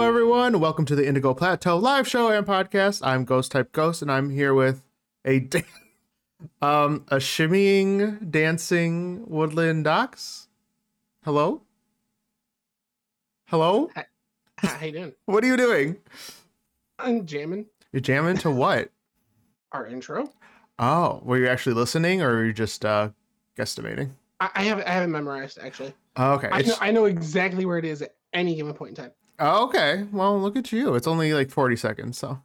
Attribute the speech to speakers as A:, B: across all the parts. A: everyone. Welcome to the Indigo Plateau live show and podcast. I'm Ghost Type Ghost, and I'm here with a da- um a shimmying, dancing woodland docs. Hello, hello.
B: How you doing?
A: What are you doing?
B: I'm jamming
A: You're jamming to what?
B: our intro.
A: Oh, were you actually listening, or were you just uh guesstimating?
B: I, I haven't I haven't memorized actually.
A: Okay,
B: I know,
A: it's-
B: I know exactly where it is at any given point in time.
A: okay. Well, look at you. It's only like forty seconds, so.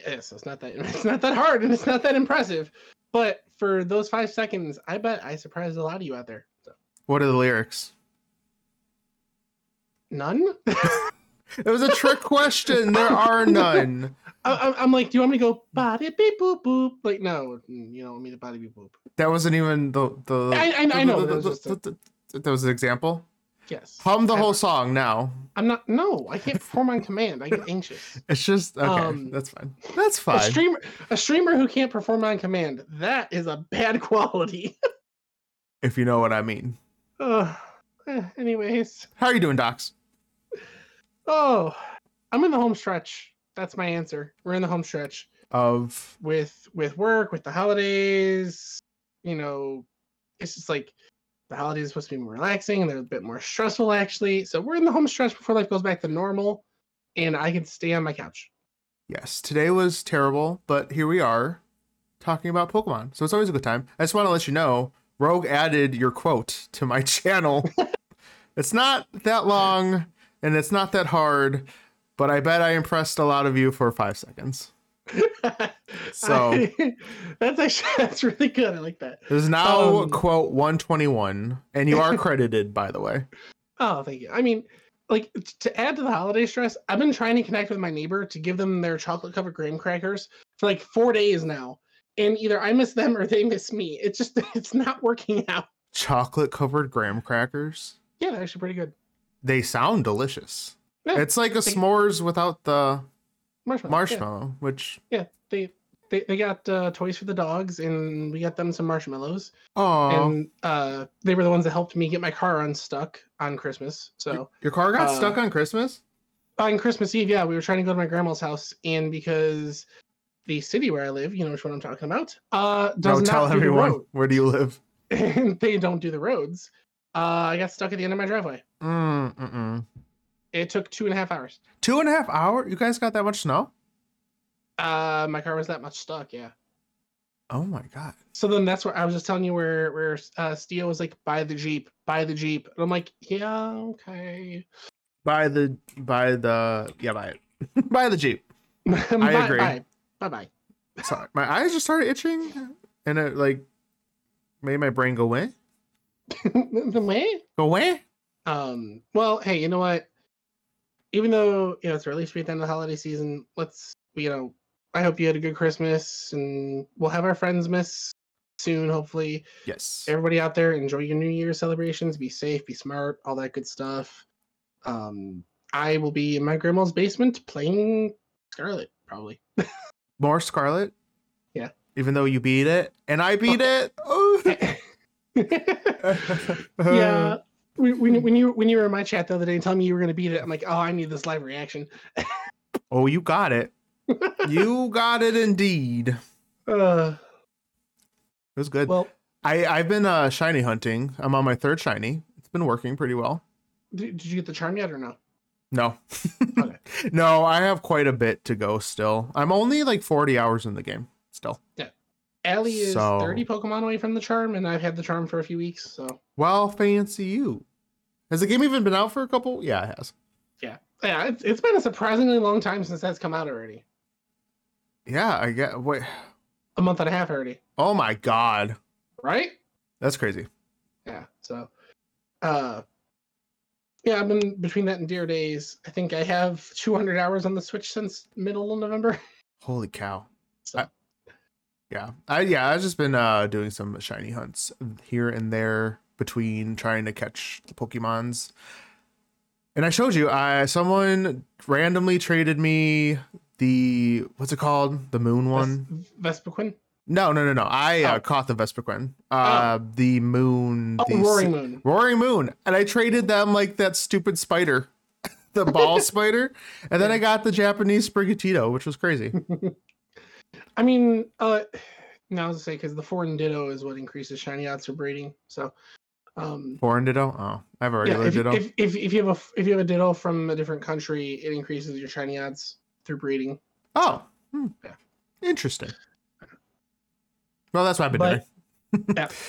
B: Yes, it's not that it's not that hard and it's not that impressive. But for those five seconds, I bet I surprised a lot of you out there. So,
A: What are the lyrics?
B: none? I,
A: It was a trick question. There are none.
B: I'm- I'm like, do you want me to go body beep boop boop? Like, no, you don't want me to body beep boop.
A: That wasn't even the the.
B: I- I- I know,
A: the-
B: that was
A: the-
B: just a-
A: the- the- That was an example.
B: Yes.
A: Hum the
B: I-
A: whole song now.
B: I'm not. No, I can't perform on command. I get anxious.
A: It's just okay.
B: Um,
A: that's fine. That's
B: A
A: fine.
B: streamer, a streamer who can't perform on command. That is a bad quality.
A: if you know what I mean.
B: Ugh. Eh, anyways,
A: How are you doing, Docs?
B: oh, I'm in the home stretch. That's my answer. We're in the home stretch
A: Of
B: with with work, with the holidays. You know, it's just like the holidays are supposed to be more relaxing and they're a bit more stressful actually. So we're in the home stretch before life goes back to normal, and I can stay on my couch.
A: yes, today was terrible, but here we are, talking about Pokemon. So it's always a good time. I just want to let you know, Rogue added your quote to my channel. it's not that long, and it's not that hard, but I bet I impressed a lot of you for five seconds. So-
B: that's actually that's really good. I like that.
A: There's now
B: Um,
A: quote 121, and you are credited, by the way.
B: Oh, thank you. I mean, like t- to add to the holiday stress, I've been trying to connect with my neighbor to give them their chocolate covered graham crackers for like four days now. And either I miss them or they miss me. It's just it's not working out.
A: Chocolate covered graham crackers.
B: Yeah, they're actually pretty good.
A: They sound delicious.
B: Yeah,
A: it's like a
B: they-
A: s'mores without the
B: Marshmallow.
A: marshmallow, which
B: They, they they got uh, toys for the dogs and we got them some marshmallows.
A: oh,
B: And uh, they were the ones that helped me get my car unstuck on Christmas. So
A: your car got
B: uh,
A: stuck on Christmas.
B: on Christmas Eve, yeah, we were trying to go to my grandma's house, and because the city where I live, you know which one I'm talking about, uh,
A: No,
B: does not
A: tell
B: do
A: everyone where do you live.
B: the road, and they don't do the roads. Uh, I got stuck at the end of my driveway.
A: Mm, mm-mm.
B: It took two and a half hours.
A: Two and a half hour. You guys got that much snow?
B: Uh, my car was that much stuck, yeah.
A: Oh my god.
B: So then that's where I was just telling you where where uh, Steele was like, buy the jeep, buy the jeep, and I'm like, yeah, okay.
A: By the by the yeah by it by the jeep.
B: I
A: agree.
B: Bye bye. bye.
A: Sorry, my eyes just started itching, and it like made my brain go away.
B: the way.
A: Go away.
B: Um, well, hey, you know what? Even though you know it's really sweet at the end of the holiday season, let's you know, I hope you had a good Christmas and we'll have our friends miss soon, hopefully.
A: Yes.
B: Everybody out there, enjoy your New Year celebrations, be safe, be smart, all that good stuff. Um, I will be in my grandma's basement playing Scarlet, probably.
A: More Scarlet.
B: Yeah.
A: Even though you beat it, and I beat it. Oh.
B: yeah. When, when when you when you were in my chat the other day and telling me you were gonna beat it, I'm like, oh, I need this live reaction.
A: Oh, you got it. you got it indeed. It
B: Uh,
A: was good.
B: well,
A: I I've been uh shiny hunting. I'm on my third shiny. It's been working pretty well.
B: Did, did you get the charm yet or no?
A: No. no, I have quite a bit to go still. I'm only like 40 hours in the game still.
B: Ellie is
A: So-
B: 30 Pokemon away from the charm, and I've had the charm for a few weeks, so
A: Well, fancy you. Has the game even been out for a couple? Yeah, it has.
B: yeah, it's, it's been a surprisingly long time since that's come out already.
A: Yeah, I get wait.
B: A month and a half already,
A: Oh my god.
B: right?
A: That's crazy.
B: Yeah, so uh yeah, I've been between that and Dear Days. I think I have 200 hours on the Switch since middle of November.
A: Holy cow.
B: So,
A: I- Yeah. I yeah, I've just been uh doing some shiny hunts here and there between trying to catch the Pokemons. And I showed you I someone randomly traded me the what's it called? The moon one?
B: Ves- Vespiquen?
A: No, no, no, no. I uh,
B: Oh.
A: caught the Vesperquin. Uh the moon
B: Oh,
A: the
B: Roaring
A: si-
B: Moon.
A: Roaring Moon. And I traded them like that stupid spider. the ball spider, and then I got the Japanese Sprigatito, which was crazy.
B: I mean, uh, now I was to say because the foreign ditto is what increases shiny odds for breeding. So, um,
A: Foreign Ditto. Oh, I've already
B: yeah,
A: lived
B: if,
A: Ditto.
B: if, if if you have a if you have a ditto from a different country, it increases your shiny odds through breeding.
A: oh, hmm.
B: Yeah.
A: interesting. Well, that's what I've been
B: But-
A: doing.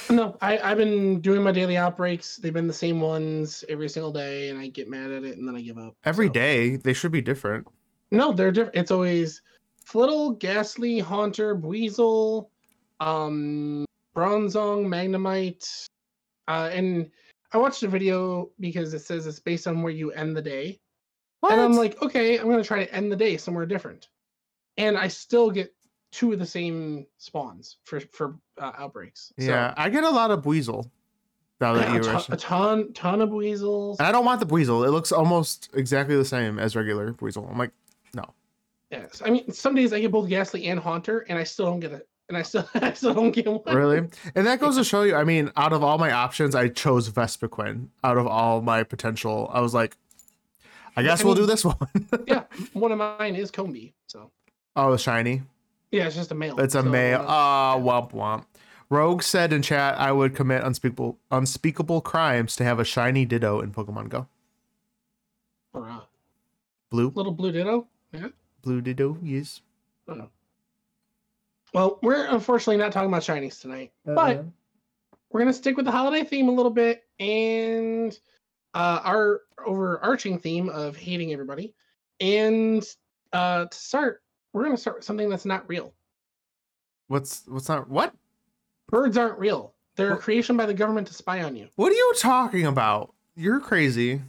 B: No, I I've been doing my daily outbreaks. They've been the same ones every single day, and I get mad at it, and then I give up.
A: Every
B: so.
A: day they should be different.
B: No, they're different. It's always Flittle, Ghastly, Haunter, Buizel, um, Bronzong, Magnemite. Uh, and I watched a video because it says it's based on where you end the day. And I'm
A: What?
B: like, okay, I'm going to try to end the day somewhere different. And I still get two of the same spawns for, for uh, outbreaks. So,
A: yeah, I get a lot of Buizel. Now that
B: yeah,
A: you
B: a,
A: were-
B: ton, a ton, ton of Weasels.
A: And I don't want the Buizel. It looks almost exactly the same as regular Buizel. I'm like,
B: Yes. I mean, some days I get both Ghastly and Haunter, and I still don't get it. And I still, I still don't get one.
A: really? And that goes to show you, I mean, out of all my options, I chose Vespiquen. Out of all my potential, I was like, I guess
B: I
A: we'll do
B: mean-
A: this one.
B: yeah, one of mine is Combi. So
A: oh, the shiny.
B: yeah, it's just a male.
A: It's a
B: so,
A: male.
B: uh,
A: Ah, womp womp. Rogue said in chat, I would commit unspeakable unspeakable crimes to have a shiny Ditto in Pokemon Go.
B: or a
A: Blue,
B: little blue ditto.
A: blue Ditto, yes.
B: Well, we're unfortunately not talking about shinies tonight,
A: Uh,
B: but we're gonna stick with the holiday theme a little bit and uh, our overarching theme of hating everybody. And uh, to start, we're gonna start with something that's not real.
A: what's what's not what?
B: Birds aren't real. They're a
A: Wha-
B: creation by the government to spy on you.
A: What are you talking about? You're crazy.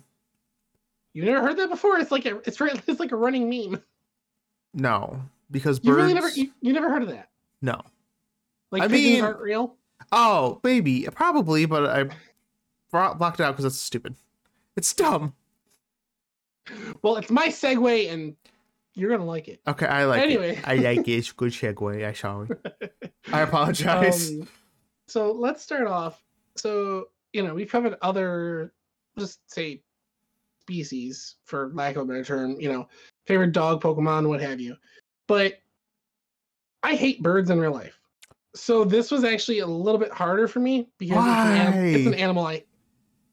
B: You never heard that before? It's like a, it's re- it's like a running meme.
A: No, because birds.
B: You really never e- you, you never heard of that?
A: no.
B: Like
A: I
B: pigeons
A: mean-
B: aren't real.
A: Oh, maybe, probably, but I bro- blocked it out because that's stupid. It's dumb.
B: Well, it's my segue, and you're gonna like it.
A: Okay, I like. It.
B: anyway,
A: I like it. It's a good segue. I sorry. I apologize.
B: um, so let's start off. So you know we've covered other, just say, species for lack of a better term. You know, favorite dog, Pokemon, what have you. But I hate birds in real life. So this was actually a little bit harder for me because it's an, anim- it's
A: Why?
B: an animal I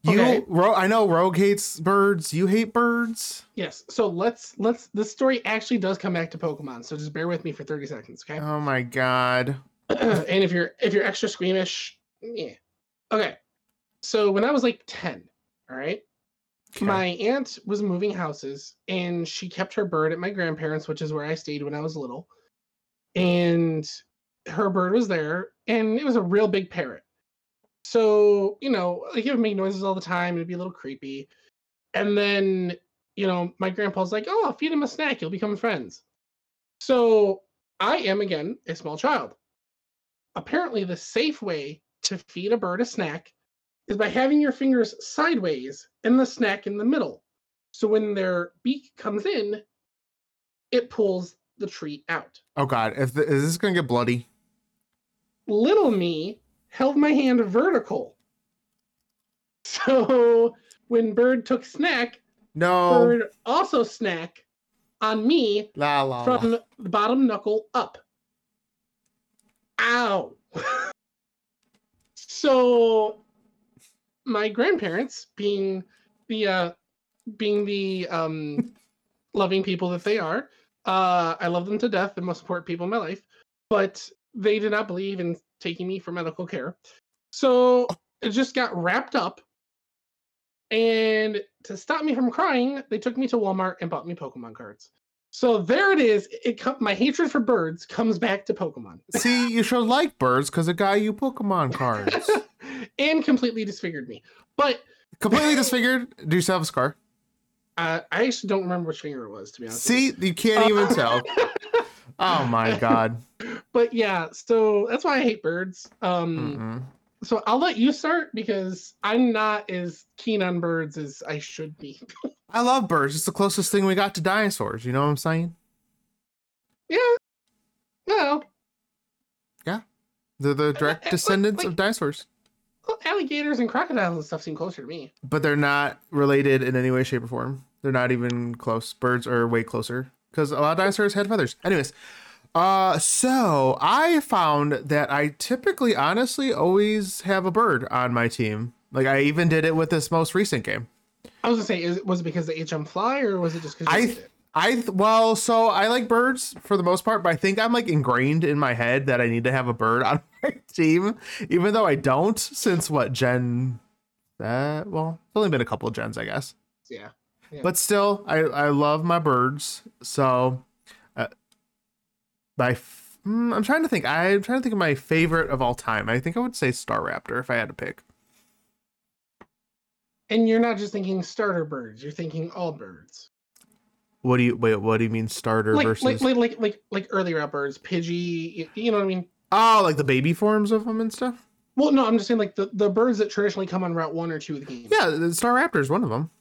A: You,
B: okay.
A: Ro- I know Rogue hates birds. You hate birds.
B: yes. So let's let's this story actually does come back to Pokemon. So just bear with me for thirty seconds, okay?
A: Oh my god.
B: and if you're if you're extra squeamish, yeah. Okay. So when I was like 10, all right,
A: Okay.
B: my aunt was moving houses and she kept her bird at my grandparents, which is where I stayed when I was little. And her bird was there and it was a real big parrot. So, you know, like it would make noises all the time, it'd be a little creepy. And then, you know, my grandpa's like, Oh, I'll feed him a snack, you'll become friends. So I am again a small child. Apparently, the safe way to feed a bird a snack is by having your fingers sideways and the snack in the middle. So when their beak comes in, it pulls the treat out.
A: oh god. If th- is this gonna get bloody?
B: Little me held my hand vertical. So when bird took snack,
A: No.
B: bird also snack on me
A: La la. la.
B: from the bottom knuckle up. Ow. so my grandparents being the uh being the um loving people that they are, uh I love them to death, the most important people in my life, but they did not believe in taking me for medical care. So it just got wrapped up and to stop me from crying, they took me to Walmart and bought me Pokemon cards. So there it is. It co- my hatred for birds comes back to Pokemon,
A: See, you should like birds because it got you Pokemon cards.
B: and completely disfigured me. But
A: Completely disfigured. Do you still have a scar?
B: uh, I actually don't remember which finger it was, to be honest. with you.
A: See, you can't even
B: Uh,
A: tell. Oh my god.
B: But yeah, so that's why I hate birds. Um,
A: Mm-mm.
B: so I'll let you start because I'm not as keen on birds as I should be.
A: I love birds. It's the closest thing we got to dinosaurs. You know what I'm saying?
B: yeah. Well,
A: They're the
B: Uh,
A: direct
B: uh,
A: descendants
B: like-
A: of dinosaurs.
B: well, alligators and crocodiles and stuff seem closer to me.
A: but they're not related in any way, shape, or form. They're not even close. Birds are way closer because a lot of dinosaurs had feathers. Anyways, uh, so I found that I typically, honestly, always have a bird on my team. Like I even did it with this most recent game.
B: I was gonna say, is, was it because the HM fly or was it just because
A: I
B: you
A: th-
B: did it?
A: I th- well, so I like birds for the most part, but I think I'm like ingrained in my head that I need to have a bird on my team, even though I don't. Since what Gen? That well, it's only been a couple of gens, I guess.
B: Yeah.
A: but still i i love my birds so uh, my f- mm, i'm trying to think i'm trying to think of my favorite of all time i think i would say star raptor if i had to pick
B: And you're not just thinking starter birds; you're thinking all birds.
A: what do you wait what do you mean starter
B: Like,
A: versus
B: like, like, like, like, like early route birds, Pidgey. You, you know what I mean?
A: oh like the baby forms of them and stuff
B: Well, no, I'm just saying like the, the birds that traditionally come on route one or two of the game.
A: yeah the star raptor is one of them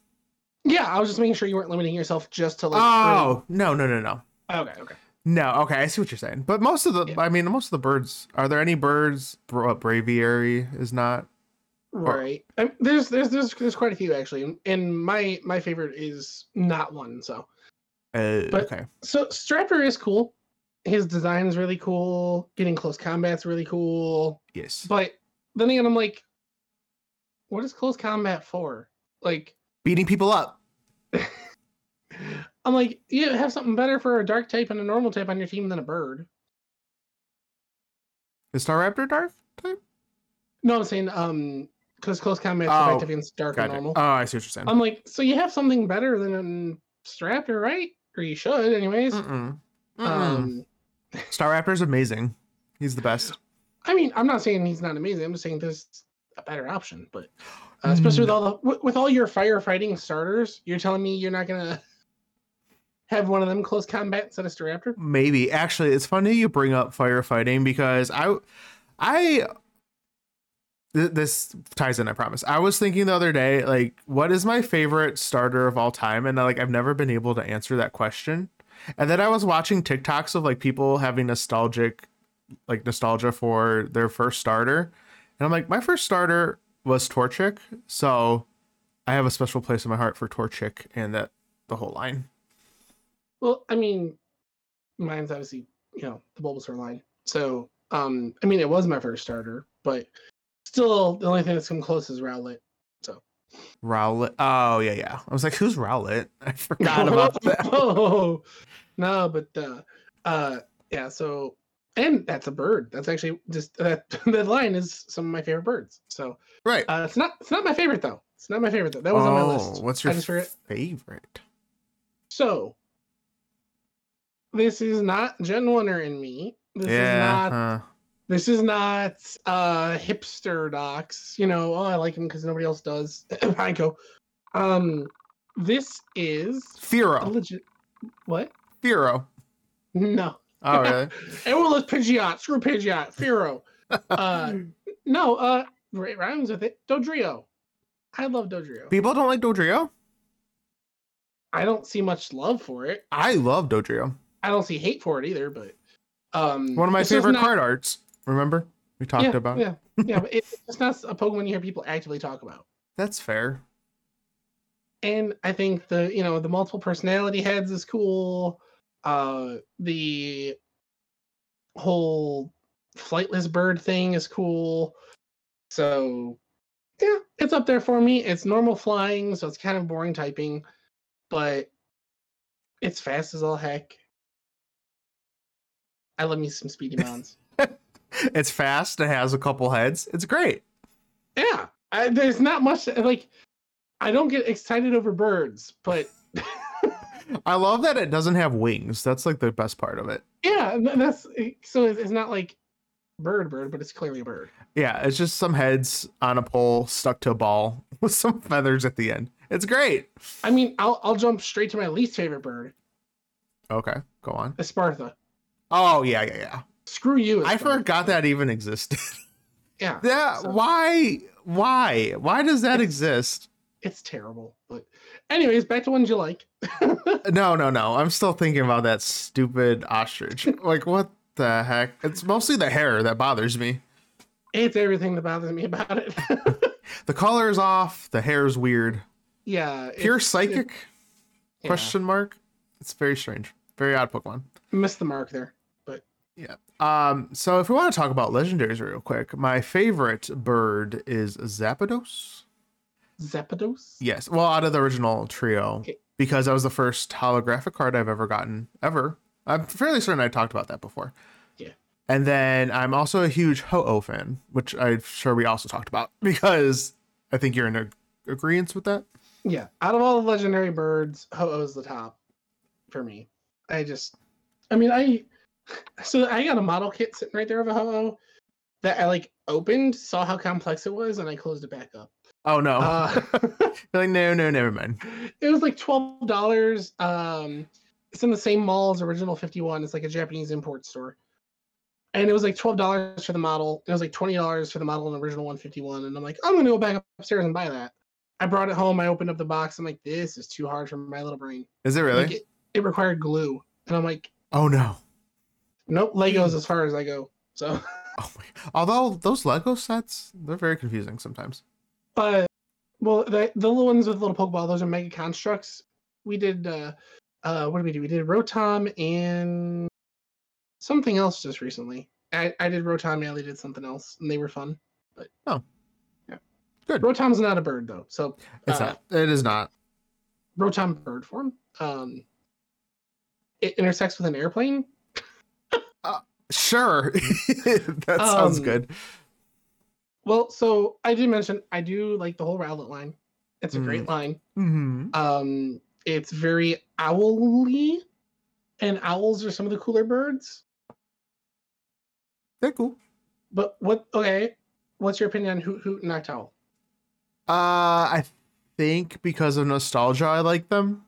B: Yeah, I was just making sure you weren't limiting yourself just to like. early-
A: oh no no no no
B: Okay. Okay.
A: no okay i see what you're saying but most of the
B: Yeah.
A: i mean most of the birds are there any birds bra- braviary is not
B: Right. I mean, there's there's there's there's quite a few actually, and, and my my favorite is not one. So
A: uh,
B: But-
A: okay
B: so Strapper is cool. His design is really cool. Getting close combat's really cool.
A: yes
B: But then again, I'm like, what is close combat for? Like,
A: beating people up
B: I'm like, you have something better for a dark type and a normal type on your team than a bird.
A: is star raptor dark type
B: No, I'm saying um, because close combat's
A: Oh,
B: effective against dark
A: Got
B: and
A: it.
B: normal. Um,
A: Oh, I see what you're saying.
B: I'm like, so you have something better than a Strapper, right? Or you should, anyways.
A: Mm-mm. Mm, Mm-mm.
B: Um,
A: Star Raptor's amazing. He's the best.
B: I mean, I'm not saying he's not amazing. I'm just saying there's a better option, but
A: Hmm.
B: uh, especially with all the with, with all your firefighting starters, you're telling me you're not gonna have one of them close combat instead of Staraptor?
A: Maybe actually, it's funny you bring up firefighting because I, I. th- This ties in, I promise. I was thinking the other day, like, what is my favorite starter of all time? And like, I've never been able to answer that question. And then I was watching TikToks of like people having nostalgic, like nostalgia for their first starter, and I'm like, my first starter was Torchic, so I have a special place in my heart for Torchic and that the whole line.
B: Well, I mean, mine's obviously you know the Bulbasaur line. So, um, I mean, it was my first starter, but still, the only thing that's come close is Rowlet.
A: Rowlet. Oh yeah, yeah. I was like, who's Rowlet? I forgot about that.
B: oh, no, but uh, uh, yeah. So, and that's a bird. That's actually just that that line is some of my favorite birds. So,
A: Right.
B: uh, it's not it's not my favorite though. It's not my favorite though. That was on my
A: Oh,
B: list.
A: What's your
B: I just forget.
A: favorite?
B: So, this is not Gen Oneer in me. This
A: yeah.
B: is not.
A: huh.
B: This is not uh hipster docs. You know, oh, I like him because nobody else does. Pineco. Um, this is a
A: Firo.
B: legit. What?
A: Firo.
B: No.
A: Oh really?
B: Everyone loves Pidgeot. Screw Pidgeot. Firo. Uh, no, uh, it rhymes with it. Dodrio. I love Dodrio.
A: People don't like Dodrio.
B: I don't see much love for it.
A: I love Dodrio.
B: I don't see hate for it either, but um,
A: One of my
B: it's just
A: favorite
B: not-
A: card arts. Remember we talked
B: yeah,
A: about.
B: Yeah, yeah, but it- it's not a Pokemon you hear people actively talk about.
A: That's fair.
B: And I think the you know the multiple personality heads is cool. Uh, the whole flightless bird thing is cool. So yeah, it's up there for me. It's normal flying, so it's kind of boring typing, but it's fast as all heck. I love me some speedy mons.
A: It's fast. It has a couple heads. It's great.
B: Yeah, I, there's not much like. I don't get excited over birds, but
A: I love that it doesn't have wings. That's like the best part of it.
B: yeah, th- that's eh, so it's it's not like bird bird, but it's clearly a bird.
A: Yeah, it's just some heads on a pole stuck to a ball with some feathers at the end. It's great.
B: I mean, I'll I'll jump straight to my least favorite bird,
A: Okay, go on.
B: Espartha.
A: Oh yeah, yeah, yeah.
B: Screw you.
A: I
B: Espartha.
A: forgot that even existed.
B: Yeah,
A: that
B: so-
A: why why why does that
B: It's-
A: exist?
B: it's terrible. But anyways, back to ones you like.
A: No, no, no. I'm still thinking about that stupid ostrich. like what the heck? It's mostly the hair that bothers me.
B: It's everything that bothers me about it.
A: The collar's off. The hair's weird.
B: yeah. it-
A: Pure psychic?
B: yeah,
A: Question mark. It's very strange. Very odd Pokemon.
B: Missed the mark there. But
A: Um, so if we want to talk about legendaries real quick, my favorite bird is Zapdos.
B: Zapdos?
A: Yes, well, out of the original trio,
B: Okay.
A: because that was the first holographic card I've ever gotten ever. I'm fairly certain I talked about that before.
B: Yeah.
A: And then I'm also a huge Ho-Oh fan, which I'm sure we also talked about because I think you're in ag- agreement with that.
B: Yeah. Out of all the legendary birds, Ho-Oh's the top for me. I just, I mean, I, so I got a model kit sitting right there of a Ho-Oh that I like opened, saw how complex it was, and I closed it back up.
A: Oh no!
B: Uh,
A: You're like no, no, never mind.
B: it was like twelve dollars. Um, it's in the same mall as Original Fifty One. It's like a Japanese import store, and it was like twelve dollars for the model. It was like twenty dollars for the model and Original One Fifty One. And I'm like, I'm gonna go back upstairs and buy that. I brought it home. I opened up the box. I'm like, this is too hard for my little brain.
A: Is it
B: Like,
A: really?
B: it, it required glue, and I'm like,
A: Oh no!
B: nope, Legos as far as I go. So,
A: Oh my! Although those Lego sets, they're very confusing sometimes.
B: but well, the the little ones with little Pokeball, those are Mega Constructs. We did. uh uh, what did we do? We did Rotom and something else just recently. I, I did Rotom, Ellie did something else, and they were fun. But
A: Oh.
B: yeah,
A: Good.
B: Rotom's not a bird though, so
A: It's
B: uh,
A: not. It is not.
B: Rotom bird form. Um, it intersects with an airplane.
A: Sure. that sounds
B: Um,
A: good.
B: Well, so I did mention I do like the whole Rowlet line. It's a
A: Mm.
B: great line.
A: Mm-hmm.
B: Um, it's very owly, and owls are some of the cooler birds.
A: They're cool.
B: But what? Okay, what's your opinion on Hoot Hoot and Night Owl?
A: Uh, I think because of nostalgia, I like them.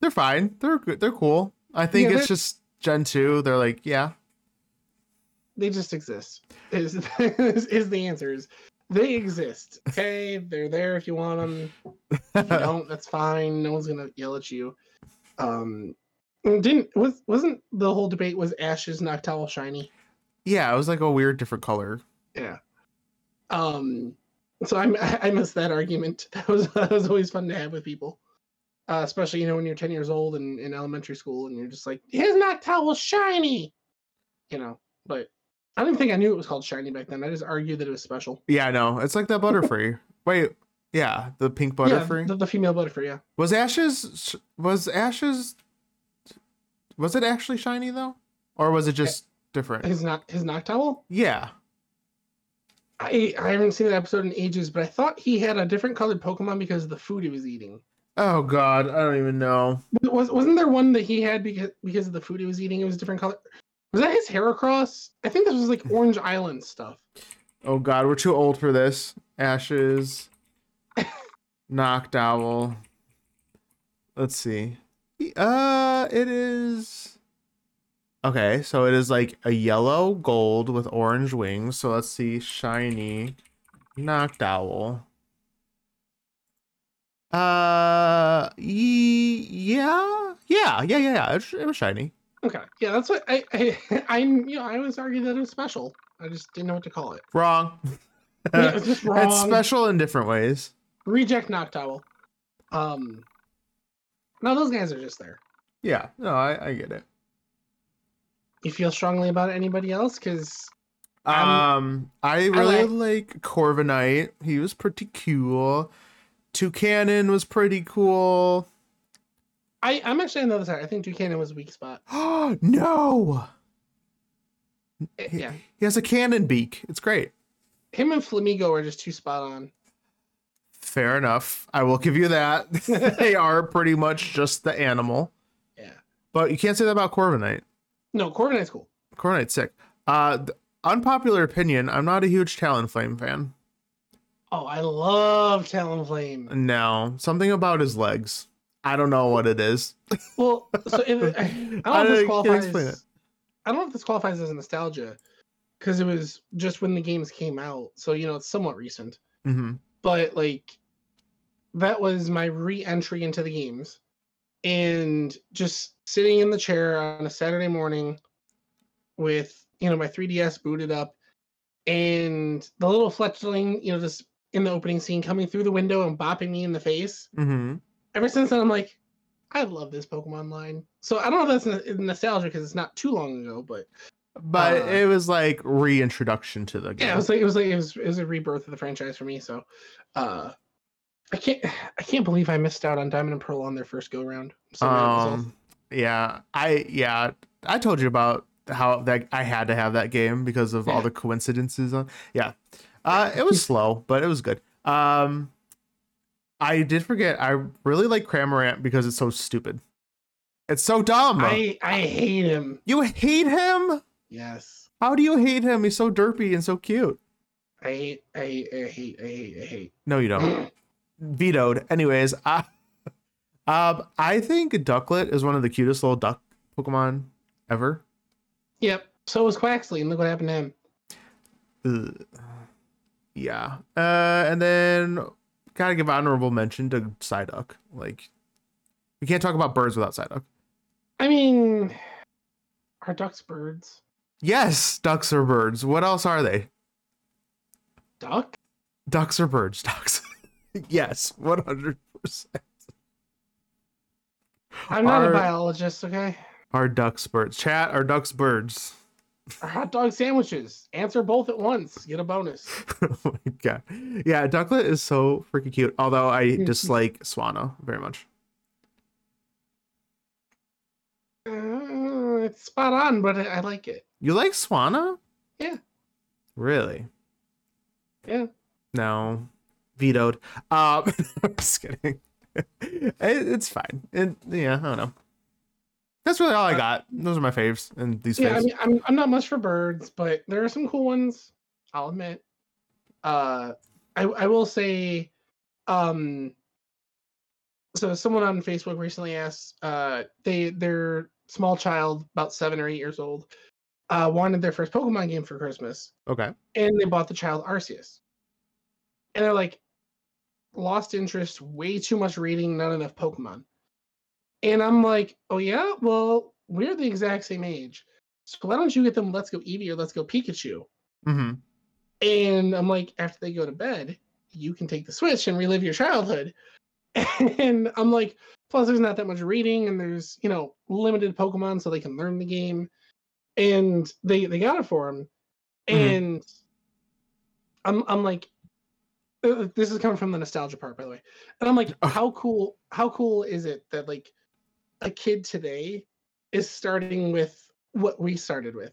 A: They're fine. They're good. They're cool. I think
B: Yeah,
A: it's just Gen two. They're like, yeah,
B: They just exist. Is is, is the answer? Is they exist? Okay, they're there if you want them. If you don't, that's fine. No one's gonna yell at you. Um, didn't was wasn't the whole debate was Ash's Noctowl shiny?
A: yeah. It was like a weird different color.
B: Um, so I'm, I I miss that argument. That was that was always fun to have with people, uh, especially you know when you're ten years old and in elementary school and you're just like his not towel shiny, you know. But I didn't think I knew it was called shiny back then. I just argued that it was special.
A: Yeah, no, it's like that Butterfree. Wait, yeah, the pink Butterfree
B: yeah, the, the female butterfree. Yeah,
A: was Ash's. Was Ash's. Was it actually shiny though, or was it just different?
B: his not his noctowl.
A: Yeah.
B: I I haven't seen that episode in ages, but I thought he had a different colored Pokemon because of the food he was eating.
A: Oh God, I don't even know.
B: Was wasn't there one that he had because because of the food he was eating? It was a different color. Was that his Heracross? I think this was like Orange Island stuff.
A: Oh God, we're too old for this. Ashes, knocked owl. Let's see. Uh, it is. Okay, so it is like a yellow gold with orange wings. So let's see, shiny, knocked owl. Uh, ye- yeah, yeah, yeah, yeah, yeah. It was, it was shiny.
B: Okay, yeah, that's what I, I I'm you know I always argued that it was special. I just didn't know what to call it.
A: Wrong.
B: Yeah, it's just wrong.
A: It's special in different ways.
B: Reject Noctowl. Um, no, those guys are just there.
A: Yeah. No, I, I get it.
B: You feel strongly about anybody else? Because
A: Um,
B: Um,
A: I really
B: like-
A: like Corviknight. He was pretty cool. Toucanon was pretty cool.
B: I I'm actually on the other side. I think Ducannon was a weak spot.
A: Oh no!
B: Eh,
A: He-
B: Yeah,
A: He has a cannon beak. It's great.
B: him and Flamigo are just too spot on.
A: Fair enough. I will give you that. they are pretty much just the animal.
B: Yeah.
A: But you can't say that about Corviknight.
B: No, Corviknight's cool.
A: Corviknight's sick. Uh, th- unpopular opinion. I'm not a huge Talonflame fan.
B: Oh, I love Talonflame.
A: No, something about his legs. I don't know what it is.
B: Well, so if, I don't know
A: I
B: if
A: don't-
B: this
A: can't
B: qualifies.
A: explain it.
B: I don't know if this qualifies as nostalgia, because it was just when the games came out, so you know it's somewhat recent.
A: Mm-hmm.
B: But like, that was my re-entry into the games, and just sitting in the chair on a Saturday morning, with you know my 3DS booted up, and the little fledgling, you know, just in the opening scene coming through the window and bopping me in the face.
A: Mm-hmm.
B: Ever since then, I'm like, I love this Pokemon line. So I don't know if that's n- nostalgia because it's not too long ago, but
A: But
B: Uh,
A: it was like reintroduction to the game.
B: yeah, it was like it was like it was, it was a rebirth of the franchise for me. So uh I can't I can't believe I missed out on Diamond and Pearl on their first go round. So mad at myself.
A: um, yeah, I yeah, I told you about how that I had to have that game because of all
B: Yeah.
A: the coincidences. On yeah, uh, it was slow, but it was good. Um, I did forget. I really like Cramorant because it's so stupid. It's so dumb.
B: I I hate him.
A: you hate him.
B: Yes.
A: How do you hate him? He's so derpy and so cute.
B: I hate I hate I hate I hate I hate.
A: No, you don't. vetoed. Anyways, I, um, I think Ducklet is one of the cutest little duck Pokemon ever.
B: yep. So was Quaxley, and look what happened to him.
A: Ugh. Yeah. Uh, and then gotta give honorable mention to Psyduck. Like, we can't talk about birds without Psyduck.
B: I mean are ducks birds?
A: Yes, ducks are birds. What else are they?
B: Duck?
A: Ducks are birds. Ducks. yes, one hundred percent.
B: I'm not
A: Are-
B: a biologist, okay?
A: Are ducks birds? Chat. Are ducks birds?
B: Are hot dog sandwiches. Answer both at once. Get a bonus.
A: oh my god. Yeah, Ducklet is so freaking cute. Although I dislike Swano very much.
B: Uh, it's spot on, but I, I like it.
A: You like Swana?
B: Yeah.
A: Really?
B: Yeah.
A: No. Vetoed. Um, I'm just kidding. it, it's fine. It, yeah, I don't know. That's really all I got. Those are my faves and these
B: Uh, Yeah, I
A: faves.
B: mean, I'm, I'm not much for birds, but there are some cool ones. I'll admit. Uh, I I will say, um. So someone on Facebook recently asked, uh, they their small child, about seven or eight years old, uh, wanted their first Pokemon game for Christmas,
A: okay.
B: and they bought the child Arceus. And they're like, lost interest, way too much reading, not enough Pokemon. And I'm like, oh yeah, well, we're the exact same age. So why don't you get them Let's Go Eevee or Let's Go Pikachu?
A: Mm-hmm.
B: And I'm like, after they go to bed, you can take the Switch and relive your childhood. And I'm like, plus there's not that much reading and there's, you know, limited Pokemon so they can learn the game. And they they got it for him.
A: Mhm.
B: And I'm I'm like uh, this is coming from the nostalgia part by the way. And I'm like,
A: Oh.
B: how cool how cool is it that like a kid today is starting with what we started with?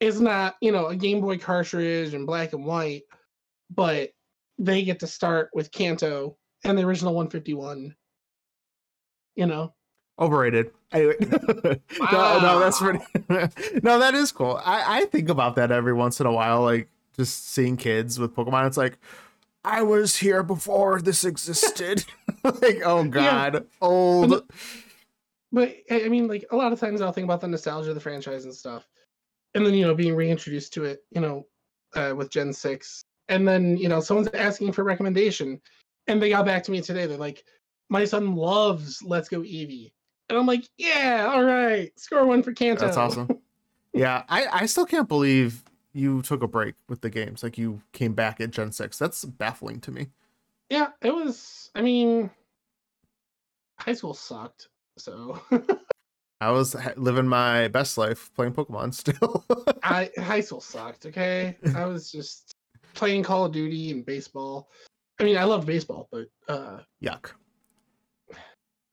B: It's not, you know, a Game Boy cartridge and black and white, but they get to start with Kanto and the original 151. You know,
A: Overrated. Anyway. no, no, that's pretty. no, that is cool. I, I think about that every once in a while, like just seeing kids with Pokemon. It's like, I was here before this existed. like, oh god, old.
B: But but I I mean, like a lot of times I'll think about the nostalgia of the franchise and stuff, and then you know being reintroduced to it, you know, uh, with Gen Six, and then you know someone's asking for a recommendation, and they got back to me today. They're like, "My son loves Let's Go Eevee," and I'm like, "Yeah, all right, score one for Kanto."
A: That's awesome. Yeah, I, I still can't believe you took a break with the games. Like you came back at Gen Six. That's baffling to me.
B: Yeah, it was. I mean, high school sucked, so.
A: I was ha- living my best life playing Pokemon still.
B: I high school sucked. Okay, I was just playing Call of Duty and baseball. I mean, I love baseball, but uh,
A: Yuck.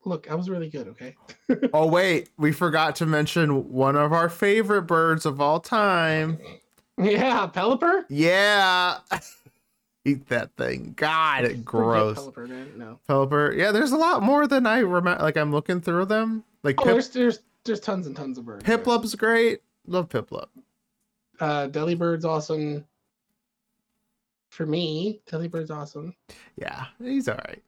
B: look, I was really good. Okay,
A: Oh wait, we forgot to mention one of our favorite birds of all time.
B: yeah, Pelipper.
A: Yeah. Eat that thing. God,
B: Forget
A: it gross.
B: Pelipper, man. No.
A: Pelipper. Yeah, there's a lot more than I remember. Like I'm looking through them. Like
B: Oh,
A: Pip-
B: there's there's there's tons and tons of birds. yeah.
A: Piplup's great. Love Piplup.
B: Uh, Delibird's awesome. For me, Delibird's awesome.
A: Yeah, he's all right.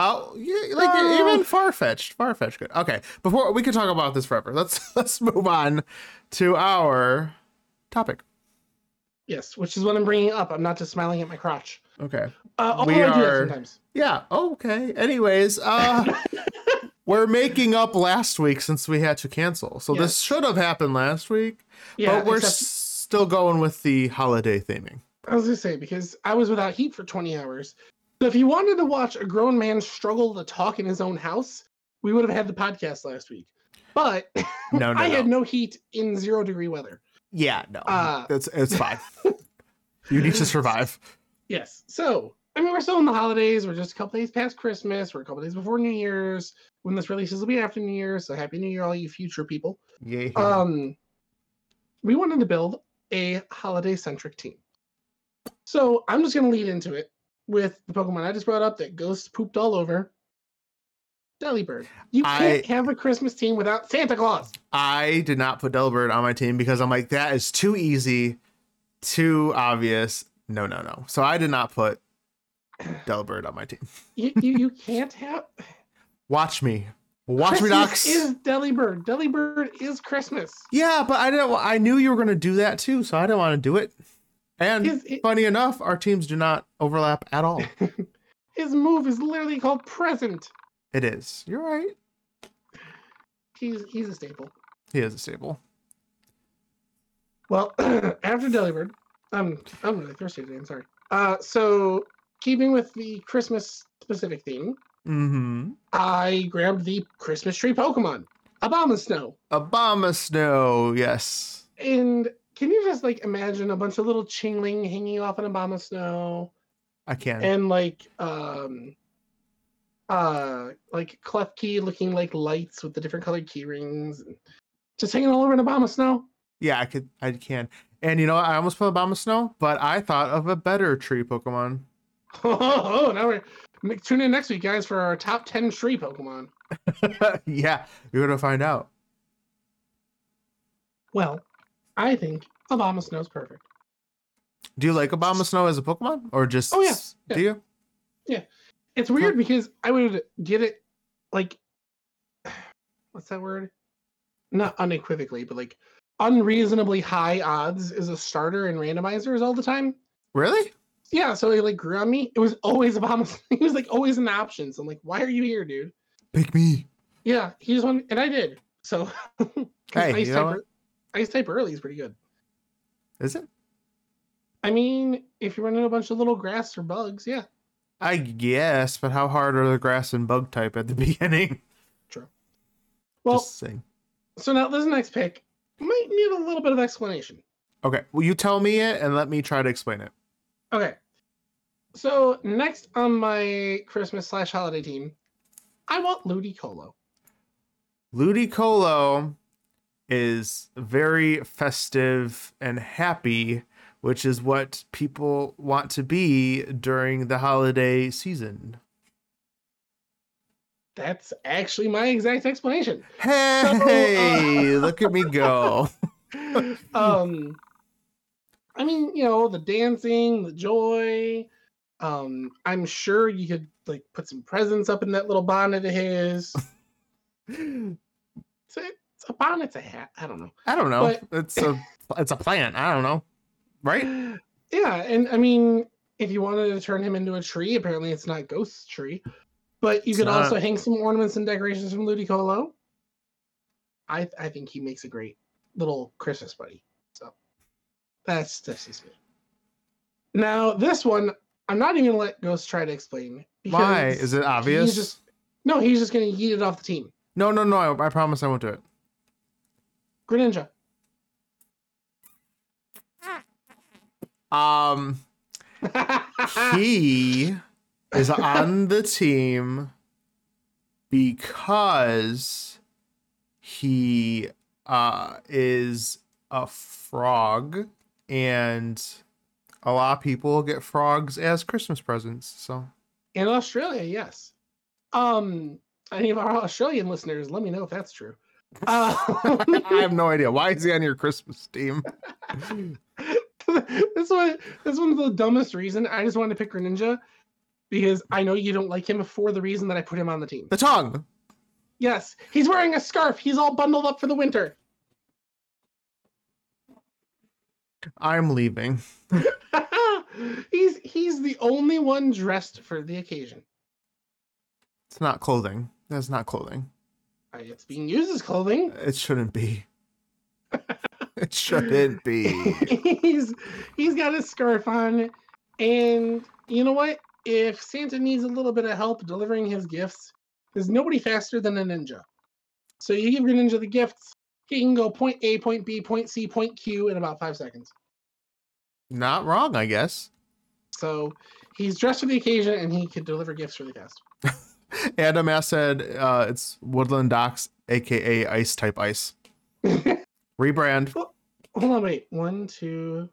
A: Oh, yeah, like even far fetched, far fetched. Good. Okay, before we can talk about this forever. Let's let's move on to our topic.
B: Yes, which is what I'm bringing up. I'm not just smiling at my crotch.
A: Okay.
B: Uh, although
A: We
B: I do that
A: are-
B: sometimes.
A: Yeah. Okay. Anyways, uh, we're making up last week since we had to cancel. So this
B: Yes.
A: should have happened last week,
B: Yeah,
A: but we're
B: except-
A: s- still going with the holiday theming.
B: I was gonna say because I was without heat for 20 hours. So if you wanted to watch a grown man struggle to talk in his own house, we would have had the podcast last week. But
A: No, no,
B: I
A: no.
B: had no heat in zero degree weather.
A: yeah, no,
B: Uh,
A: that's it's fine. you need to survive.
B: Yes. So I mean, we're still in the holidays. We're just a couple days past Christmas. We're a couple days before New Year's. When this releases, will be after New Year's. So happy New Year, all you future people.
A: Yeah.
B: Um, we wanted to build a holiday centric team. So I'm just gonna lead into it with the Pokemon I just brought up that ghosts pooped all over. Delibird. You can't
A: I-
B: have a Christmas team without Santa Claus.
A: I did not put Delbert on my team because I'm like that is too easy, too obvious. No, no, no. So I did not put Delbert on my team.
B: You you, you can't have
A: Watch me, watch me,
B: Christmas
A: Docs.
B: is Delibird. Delibird is Christmas.
A: yeah, but I didn't. I knew you were going to do that too, so I didn't want to do it. And
B: His, i-
A: funny enough, our teams do not overlap at all.
B: his move is literally called present.
A: it is. You're right.
B: He's he's a staple.
A: He is a staple.
B: Well, after Delibird, I'm I'm really thirsty today. I'm sorry. Uh, so keeping with the Christmas specific theme,
A: Mm-hmm.
B: I grabbed the Christmas tree Pokemon, Abomasnow. Snow.
A: Obama Snow. Yes.
B: And can you just like imagine a bunch of little Chingling hanging off an Abomasnow Snow
A: I can.
B: and like um uh like Klefki looking like lights with the different colored key rings and just hanging all over an Abomasnow. Snow?
A: Yeah, I could. I can. And you know, what? I almost put Obama Snow, but I thought of a better tree Pokemon.
B: Oh, oh, oh, now we're m- tune in next week, guys, for our top ten tree Pokemon.
A: yeah, you're gonna find out.
B: Well, I think Obama Snow's perfect.
A: Do you like Obama Snow as a Pokemon, or just?
B: Oh, yeah, yeah.
A: Do you?
B: It's weird because I would get it like what's that word? Not unequivocally, but like unreasonably high odds as a starter in randomizers all the time.
A: Really?
B: Yeah, so it like grew on me. It was always Obama. He was like always in the options. I'm like, why are you here, dude?
A: Pick me.
B: Yeah, he just wanted, and I did. So 'cause
A: Hey,
B: ice
A: you know
B: type,
A: what?
B: ear- ice type early is pretty good.
A: Is it?
B: I mean, if you run into a bunch of little grass or bugs, yeah.
A: I guess, but how hard are the grass and bug type at the beginning?
B: Well,
A: just saying.
B: so now this next pick might need a little bit of explanation.
A: Okay, will you tell me it and let me try to explain it?
B: Okay. So next on my Christmas slash holiday team, I want Ludicolo.
A: Ludicolo is very festive and happy, which is what people want to be during the holiday season.
B: That's actually my exact explanation.
A: Hey, look at me go.
B: um I mean, you know, the dancing, the joy. Um, I'm sure you could like put some presents up in that little bonnet of his.
A: I
B: It's a, it's a bonnet, it's a hat. I don't know.
A: don't know.
B: But-
A: It's a it's a plant. I don't know. Right?
B: Yeah, and I mean, if you wanted to turn him into a tree, apparently it's not ghost tree, but you
A: It's
B: could
A: not.
B: also hang some ornaments and decorations from Ludicolo. I th- I think he makes a great little Christmas buddy. So that's that's just me. Now this one, I'm not even gonna let Ghost try to explain.
A: Why? Is it obvious?
B: just- No, he's just gonna yeet it off the team.
A: No, no, no. I, I promise I won't do it.
B: Greninja.
A: Um he is on the team because he uh is a frog and a lot of people get frogs as Christmas presents. So
B: In Australia, yes. Um, any of our Australian listeners, let me know if that's true. Uh,
A: I have no idea. Why is he on your Christmas team?
B: this one, this one's the dumbest reason. I just wanted to pick Greninja because I know you don't like him for the reason that I put him on the team.
A: The tongue.
B: Yes, he's wearing a scarf. He's all bundled up for the winter.
A: I'm leaving.
B: he's he's the only one dressed for the occasion.
A: It's not clothing. That's not clothing.
B: Uh, It's being used as clothing.
A: It shouldn't be. It shouldn't be.
B: he's he's got his scarf on and you know what if santa needs a little bit of help delivering his gifts there's nobody faster than a ninja so you give your ninja the gifts he can go point a point b point c point q in about five seconds
A: Not wrong, I guess.
B: so he's dressed for the occasion and he can deliver gifts really fast
A: Adam S said uh, it's Woodland Docks, aka Ice Type Ice. Rebrand.
B: hold on wait one two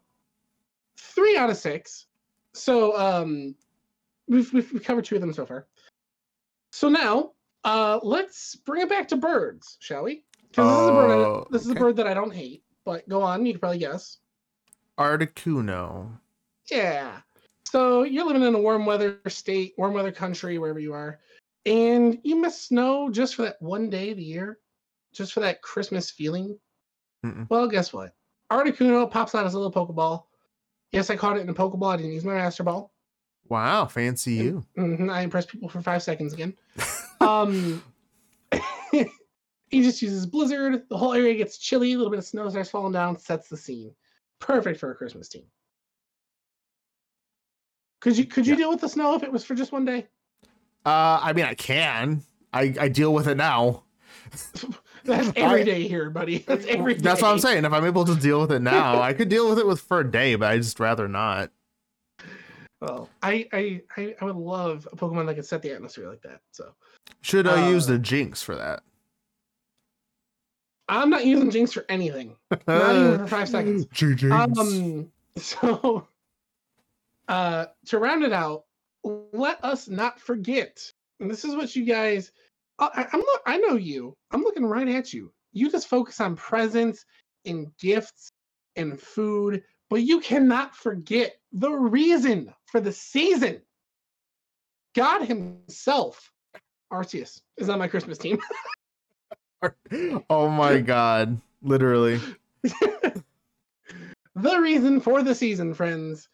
B: three out of six so um we've we've, we've covered two of them so far so now uh let's bring it back to birds shall we because this is a bird
A: Oh,
B: I, this is a
A: okay.
B: bird that i don't hate but go on you can probably guess
A: Articuno.
B: yeah so you're living in a warm weather state warm weather country wherever you are and you miss snow just for that one day of the year just for that christmas feeling
A: Mm-mm.
B: Well, guess what? Articuno pops out his little Pokeball. Yes, I caught it in a Pokeball. I didn't use my Master Ball.
A: Wow, fancy you.
B: hmm I impressed people for five seconds again. Um, he just uses Blizzard. The whole area gets chilly. A little bit of snow starts falling down. Sets the scene. Perfect for a Christmas team. Could you could you
A: Yeah.
B: deal with the snow if it was for just one day?
A: Uh, I mean, I can. I, I deal with it now.
B: That's every day here, buddy. That's every day.
A: That's what I'm saying. If I'm able to deal with it now, I could deal with it with for a day, but I just rather not.
B: Well, I I I, I would love a Pokemon that could set the atmosphere like that. So.
A: Should I use
B: Uh,
A: the Jinx for that?
B: I'm not using Jinx for anything. Not even for five seconds.
A: Jinx.
B: Um, so, uh, to round it out, let us not forget. And this is what you guys. uh, I, I- I'm. Look, I know you. I'm looking right at you. You just focus on presents and gifts and food, but you cannot forget the reason for the season. God Himself, Arceus, is on my Christmas team.
A: oh my god. Literally.
B: the reason for the season, friends.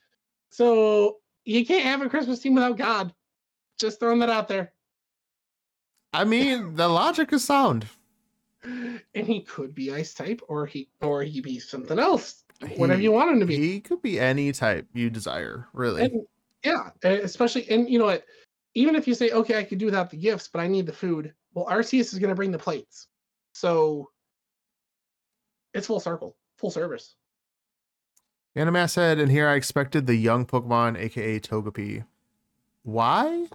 B: So you can't have a Christmas team without God. Just throwing that out there.
A: I mean, the logic is sound.
B: And he could be ice type, or he or he be something else. Whatever
A: He-
B: you want him to be.
A: He could be any type you desire, really.
B: And yeah, e- especially and you know what? Even if you say, okay, I could do without the gifts, but I need the food. Well, Arceus is gonna bring the plates. So it's full circle, full service.
A: Anima said, and here I expected the young Pokemon, aka Togepi. Why?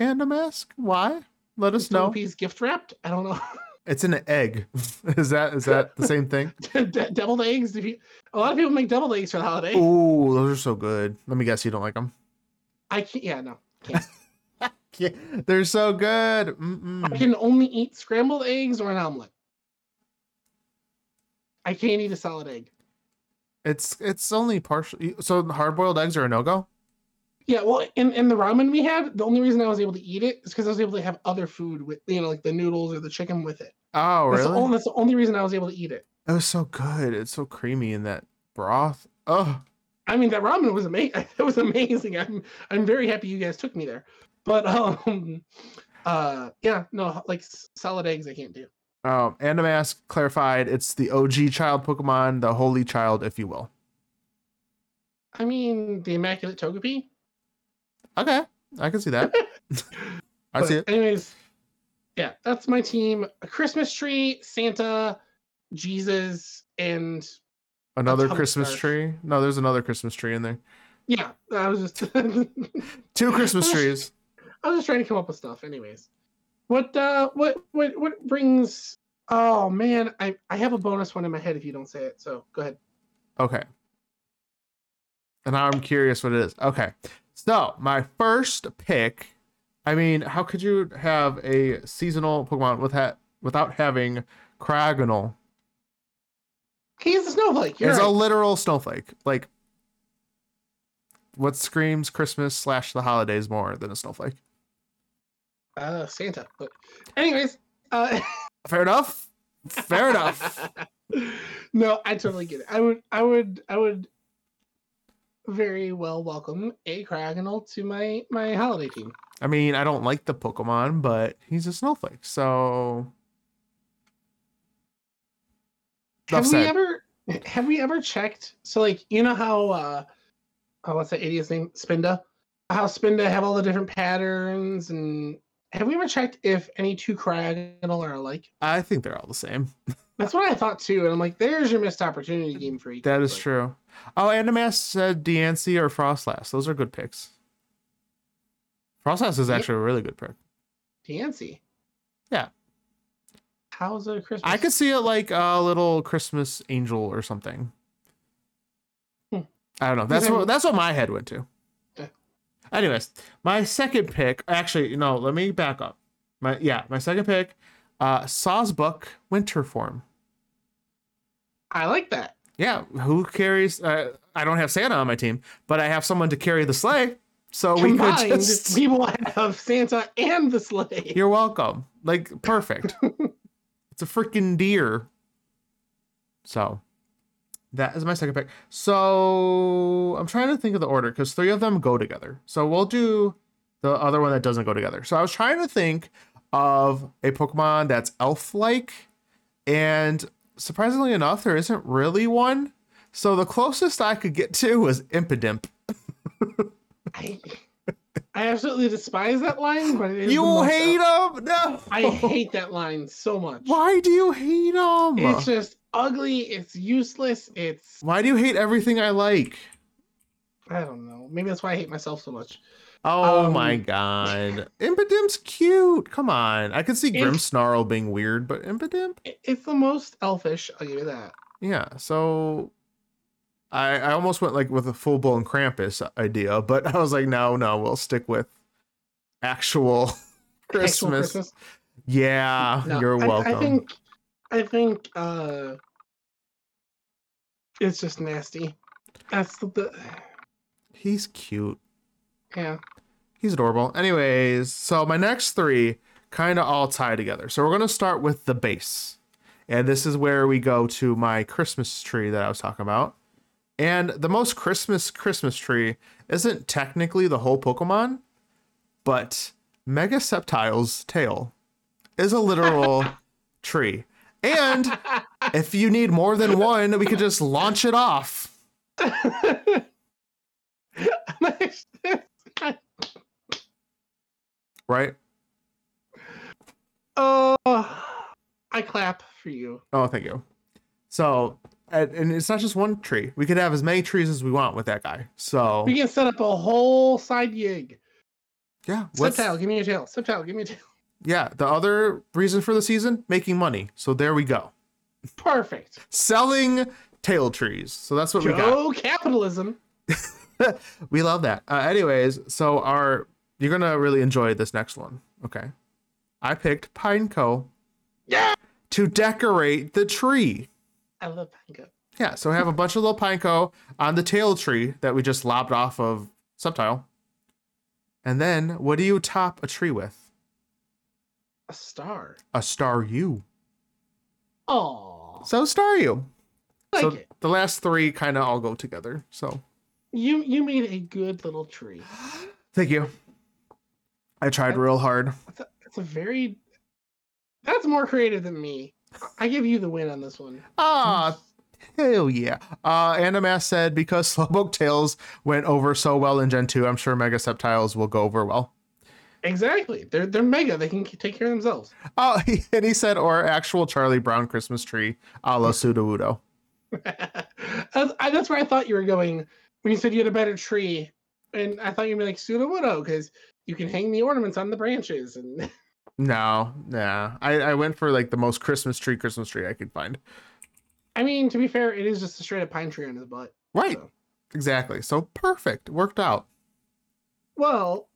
A: Animask? Why? Let us know.
B: He's gift wrapped. I don't know.
A: It's in an egg. is that is that the same thing?
B: De- deviled eggs. If you, a lot of people make deviled eggs for the holiday.
A: Ooh, those are so good. Let me guess you don't like them.
B: I can't. Yeah, no.
A: Yeah, they're so good. Mm-mm.
B: I can only eat scrambled eggs or an omelet. I can't eat a solid egg.
A: It's it's only partially so hard boiled eggs are a no go.
B: Yeah, well, in, in the ramen we had, the only reason I was able to eat it is because I was able to have other food with, you know, like the noodles or the chicken with it.
A: Oh
B: that's, the
A: really?
B: only, that's the only reason I was able to eat it.
A: It was so good. It's so creamy in that broth. Oh,
B: I mean, that ramen was amazing. It was amazing. I'm I'm very happy you guys took me there. But um, uh, yeah, no, like s- solid eggs, I can't do.
A: um, Animask clarified. It's the OG child Pokemon, the holy child, if you will.
B: I mean, the immaculate Togepi.
A: Okay, I can see that. I
B: But
A: see it.
B: Anyways, yeah, that's my team. A Christmas tree, Santa, Jesus, and
A: Another
B: ton of
A: Christmas
B: stars.
A: tree. No, there's another Christmas tree in there.
B: yeah, I was just I was
A: Two Christmas trees.
B: just trying to come up with stuff. Anyways, what uh, what what what brings? Oh man, I I have a bonus one in my head if you don't say it. So go ahead.
A: Okay. And I'm curious what it is. Okay. So, my first pick, I mean, how could you have a seasonal Pokemon with ha- without having Cragonal?
B: He's a snowflake. You're
A: it's a
B: right.
A: literal snowflake. Like what screams Christmas slash the holidays more than a snowflake?
B: uh, Santa. But anyways, uh,
A: Fair enough. Fair enough.
B: no, I totally get it. I would, I would, I would very well welcome a Cragonal to my my holiday team.
A: I mean, I don't like the Pokemon, but he's a snowflake. So
B: Have we
A: Upside.
B: ever Have we ever checked? So, like, you know how, uh, oh, what's that idiot's name? Spinda. How Spinda have all the different patterns, and have we ever checked if any two cryogonal are alike?
A: I think they're all the same.
B: That's what I thought too, and I'm like, there's your missed opportunity, Game Freak.
A: That is
B: Like,
A: true. Oh, Animas said DNC or Frostlass. Those are good picks. Frostlass is
B: Yep.
A: actually a really good pick.
B: Dancy.
A: Yeah.
B: How's it Christmas?
A: I could see it like a little Christmas angel or something.
B: Hmm.
A: I don't know. That's
B: Okay.
A: what that's what my head went to.
B: Okay.
A: Anyways, my second pick. Actually, no. Let me back up. My yeah, my second pick. Uh, Sawsbuck Winter Form.
B: I like that.
A: Yeah, who carries? Uh, I don't have Santa on my team, but I have someone to carry the sleigh. So we
B: Combined,
A: could just.
B: we will have Santa and the sleigh.
A: You're welcome. Like perfect. it's a freaking deer. So that is my second pick. So I'm trying to think of the order because three of them go together. So we'll do the other one that doesn't go together. So I was trying to think of a Pokemon that's elf-like, and surprisingly enough, there isn't really one. So the closest I could get to was Impidimp.
B: I, I absolutely despise that line, but it is the
A: You
B: most-
A: hate him? No.
B: I hate that line so much.
A: Why do you hate him?
B: It's just ugly. It's useless. It's
A: Why do you hate everything I like?
B: I don't know. Maybe that's why I hate myself so much.
A: Oh
B: Um,
A: my god. Impidim's cute. Come on. I could see
B: If-
A: Grim Snarl being weird, but Impidimp?
B: It- It's the most elfish. I'll give you that.
A: Yeah. So I I almost went like with a full blown Krampus idea, but I was like, no, no, we'll stick with actual
B: Actual
A: Christmas. Yeah,
B: No,
A: you're
B: I-
A: welcome.
B: I, think I think uh it's just nasty. That's the, the
A: He's cute.
B: yeah.
A: He's adorable. Anyways, so my next three kind of all tie together. So we're going to start with the base. And this is where we go to my Christmas tree that I was talking about. And the most Christmas Christmas tree isn't technically the whole Pokemon, but Mega Sceptile's tail is a literal tree. And if you need more than one, we could just launch it off. Right?
B: oh, I clap for you.
A: Oh, thank you. So, and, and it's not just one tree. We could have as many trees as we want with that guy. So,
B: We can set up a whole side gig.
A: yeah. What's,
B: Septile, give me your tail. Septile, give me your tail.
A: yeah. The other reason for the season, making money. So there we go.
B: Perfect.
A: Selling tail trees. So that's what we got.
B: Go capitalism.
A: We love that. Uh, anyways, so our you're gonna really enjoy this next one. Okay. I picked Pineco
B: Yeah.
A: to decorate the tree.
B: I love Panko.
A: Yeah, so we have a bunch of little pineco on the tail tree that we just lopped off of Subtile. And then what do you top a tree with?
B: A star.
A: A star you.
B: Oh,
A: So star you.
B: like
A: so
B: it.
A: the last three kind of all go together. So
B: You you made a good little tree.
A: thank you. I tried real hard.
B: It's a very. That's more creative than me. I give you the win on this one.
A: Ah, hell yeah. Uh Animas said because Slowpoke Tails went over so well in Gen 2, I'm sure Mega Septiles will go over well.
B: Exactly. They're they're mega. They can take care of themselves.
A: Oh, and he said, or actual Charlie Brown Christmas tree a la Sudowoodo.
B: that's, I, that's where I thought you were going when you said you had a better tree, and I thought you'd be like pseudo because you can hang the ornaments on the branches. And
A: No, nah. I, I went for like the most Christmas tree, Christmas tree I could find.
B: I mean, to be fair, it is just a straight up pine tree on his butt.
A: Right.
B: So.
A: Exactly. So perfect. Worked out.
B: Well,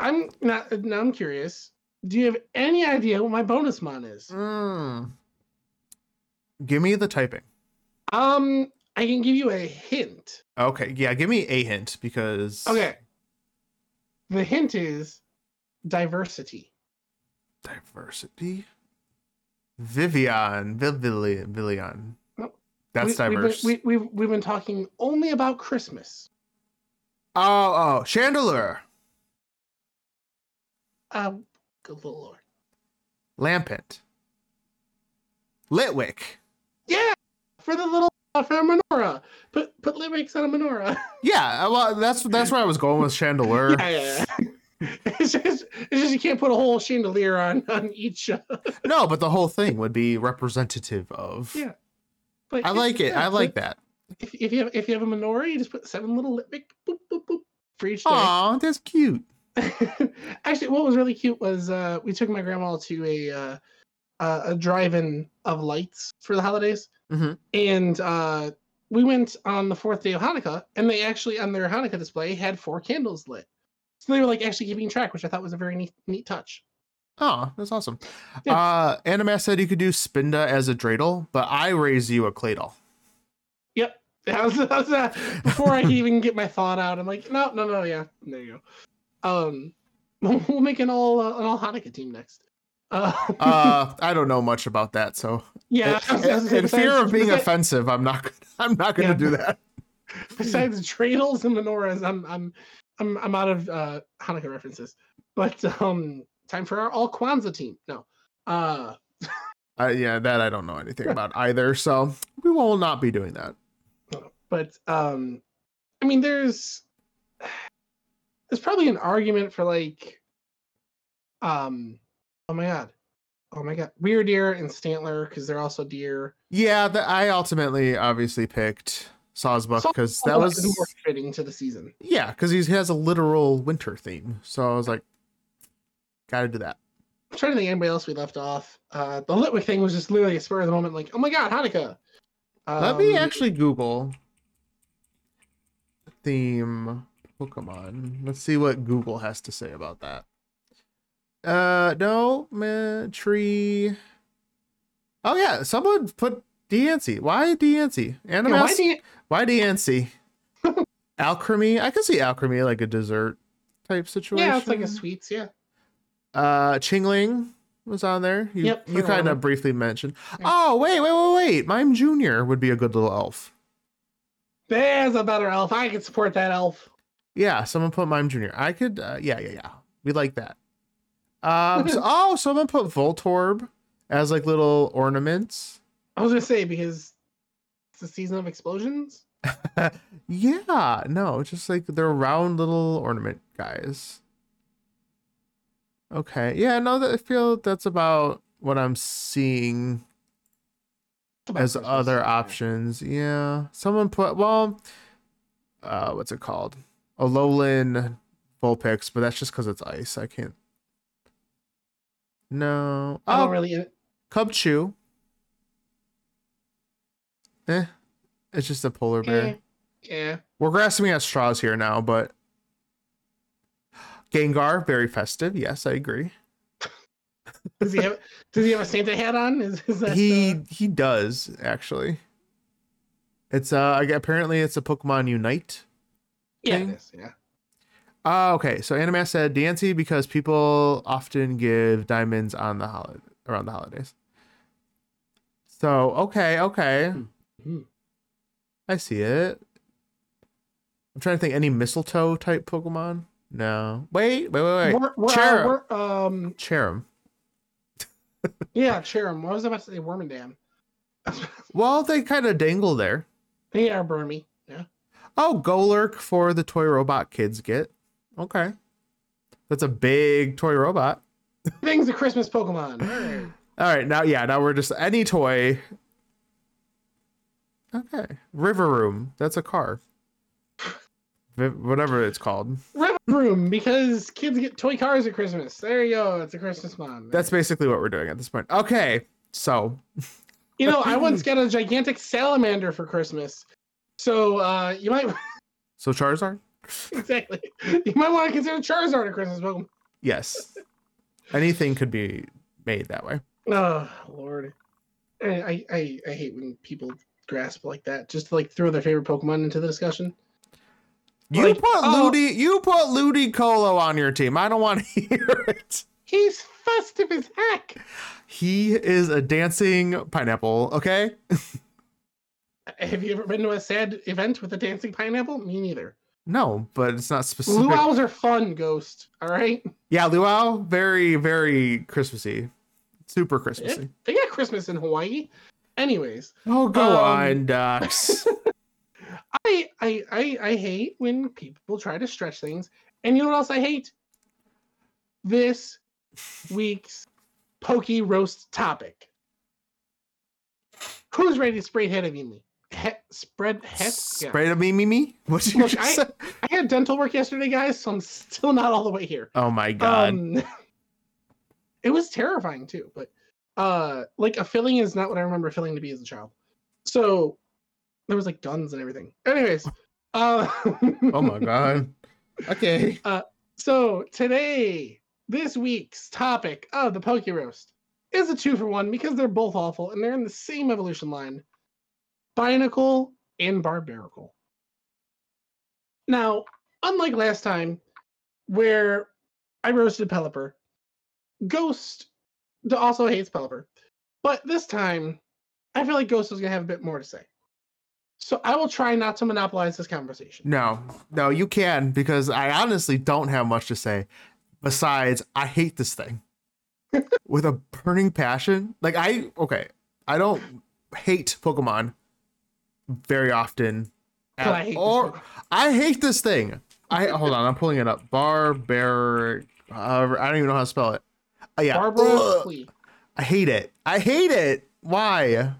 B: I'm not. Now I'm curious. Do you have any idea what my bonus mon is? Hmm.
A: Mm. Give me the typing.
B: Um, I can give you a hint.
A: Okay. Yeah. Give me a hint because.
B: Okay. The hint is diversity.
A: Diversity. Vivian. Vivian. Vivian.
B: Nope.
A: That's
B: Oh, We- we've been-
A: diverse.
B: we, we've we've been talking only about Christmas.
A: Oh, oh. Chandelier.
B: Um, good little lord.
A: Lampant. Litwick.
B: Yeah, for the little off her menorah. Put put lyrics on a menorah.
A: Yeah, I- well, that's that's where I was going with chandelier.
B: Yeah, yeah, yeah. It's just, it's just you can't put a whole chandelier on on each. Uh,
A: No, but the whole thing would be representative of.
B: Yeah. but
A: I like it.
B: yeah,
A: I like
B: but
A: that.
B: If, if you have if you have a menorah, you just put seven little lyric boop boop boop for each day.
A: Aw, that's cute.
B: Actually, what was really cute was uh, we took my grandma to a uh, uh, a drive-in of lights for the holidays,
A: Mhm.
B: and uh, we went on the fourth day of Hanukkah, and they actually on their Hanukkah display had four candles lit. So they were like actually keeping track, which I thought was a very neat neat touch.
A: Oh, that's awesome.
B: Yeah.
A: Uh, Animax said you could do Spinda as a dreidel, but I raise you a cladle.
B: That was- that was, uh, before I could even get my thought out, I'm like, no, no, no, yeah, there you go. Um, we'll make an all uh, an all Hanukkah team next. Uh,
A: Uh, I don't know much about that, so
B: yeah, I was- I was
A: in,
B: gonna
A: in
B: say,
A: fear of
B: besides-
A: being
B: besides-
A: offensive, I'm not. I'm not going to do
B: Yeah.
A: that.
B: besides dreidels and menorahs, I'm I'm I'm I'm out of uh, Hanukkah references. But um, time for our all Kwanzaa team. No, uh,
A: Uh, yeah, that I don't know anything about either, so we will not be doing that.
B: but um, I mean, there's there's probably an argument for like, um, oh my god, oh my god, weird deer and stantler because they're also deer.
A: Yeah, the, I ultimately obviously picked Sawsbuck
B: Saw-
A: because that
B: Although is
A: was
B: more fitting to the season.
A: yeah, because he has a literal winter theme. So I was like, got to do that.
B: I'm trying to think of anybody else we left off. Uh, the Litwick thing was just literally a spur of the moment, like, oh my god, Hanukkah.
A: Let me
B: Um,
A: actually Google theme Pokemon. Let's see what Google has to say about that. Uh, no, man, tree. Oh yeah, someone put Deancey. Why Deancey?
B: Yeah, why
A: Animus.
B: do you-
A: Why Deancey? alchemy. I could see alchemy like a dessert type situation.
B: Yeah, it's like a sweets. Yeah.
A: Uh, Chingling was on there. You,
B: Yep,
A: you
B: Chingling.
A: kind of briefly mentioned.
B: Yeah.
A: Oh wait, wait, wait, wait. Mime Junior would be a good little elf.
B: There's a better elf. I can support that elf.
A: Yeah, someone put Mime Junior. I could. Uh, yeah, yeah, yeah. We like that. Um. so- oh, someone put Voltorb as like little ornaments.
B: I was gonna say because it's the season of explosions.
A: Yeah. No, just like they're round little ornament guys. Okay. Yeah. No, that, I feel that's about what I'm seeing
B: It's about
A: as
B: Christmas.
A: other options. Yeah. Someone put well. Uh, what's it called? Alolan Vulpix, but that's just because it's ice. I can't. No.
B: I
A: Oh,
B: don't really.
A: Cub Chew. Eh, it's just a polar bear.
B: Yeah. yeah.
A: We're grasping at straws here now, but Gengar, very festive. Yes, I agree.
B: Does he have? does he have a Santa hat on? Is, is that?
A: he
B: uh,
A: he does actually. It's uh I gue- apparently it's a Pokemon Unite.
B: yeah. it
A: thing?
B: is, yeah.
A: Uh, okay, so Anime said Dancy because people often give diamonds on the holiday around the holidays. So okay, okay,
B: Mhm.
A: I see it. I'm trying to think any mistletoe type Pokemon. No, wait, wait, wait, wait.
B: We're, we're, uh,
A: Cherub.
B: we're, um.
A: Cherum.
B: Yeah, Cherum. I was about to say Wormadam.
A: Well, they kind of dangle there.
B: they are Burmy. Yeah.
A: Oh, Golurk for the toy robot kids get. Okay. That's a big toy robot.
B: Things a Christmas Pokemon. Alright.
A: All right, now yeah, now we're just any toy. Okay. River Room. That's a car. Vi- Whatever it's called.
B: Rev Room because kids get toy cars at Christmas. There you go. It's a Christmas mom.
A: That's basically what we're doing at this point. Okay. So,
B: You know, I once got a gigantic salamander for Christmas. So uh, you might
A: so Charizard?
B: exactly you might want to consider Charizard a Christmas Pokemon.
A: Yes. Anything could be made that way.
B: Oh Lord, I, I- I I hate when people grasp like that. Just to, like throw their favorite Pokemon into the discussion.
A: You
B: Like,
A: put
B: oh.
A: Ludi you put Ludicolo on your team. I don't want to hear it.
B: He's festive as heck.
A: He is a dancing pineapple, okay?
B: Have you ever been to a sad event with a dancing pineapple? Me neither.
A: No, but it's not specific.
B: Luau's are fun, Ghost. All right,
A: Yeah, luau, very, very Christmassy. Super Christmassy.
B: they got Christmas in Hawaii. Anyways,
A: Oh, go
B: Um,
A: on, Docs.
B: I, I I I hate when people try to stretch things. And you know what else I hate? This week's pokey roast topic. Who's ready to spray head of me? He, spread head. yeah.
A: Spray to me, me, me. What you
B: Look,
A: just
B: I-
A: say?
B: I had dental work yesterday, guys, so I'm still not all the way here.
A: Oh my god.
B: Um, it was terrifying too, but uh, like a filling is not what I remember filling to be as a child. So there was like guns and everything. Anyways, uh,
A: oh my god. Okay.
B: so today, this week's topic of the Poke Roast is a two for one because they're both awful and they're in the same evolution line Binacle and Barbarical. Now, unlike last time where I roasted Pelipper, Ghost d- also hates Pelipper. But this time, I feel like Ghost is going to have a bit more to say. So I will try not to monopolize this conversation.
A: No, no, you can because I honestly don't have much to say. Besides, I hate this thing with a burning passion. Like I okay, I don't hate Pokemon very often.
B: But Oh, I hate this
A: or
B: Pokemon.
A: I hate this thing. I hold on, I'm pulling it up. Barbaric. Uh, I don't even know how to spell it. Uh, yeah,
B: Barbara
A: Ugh. I hate it. I hate it. Why?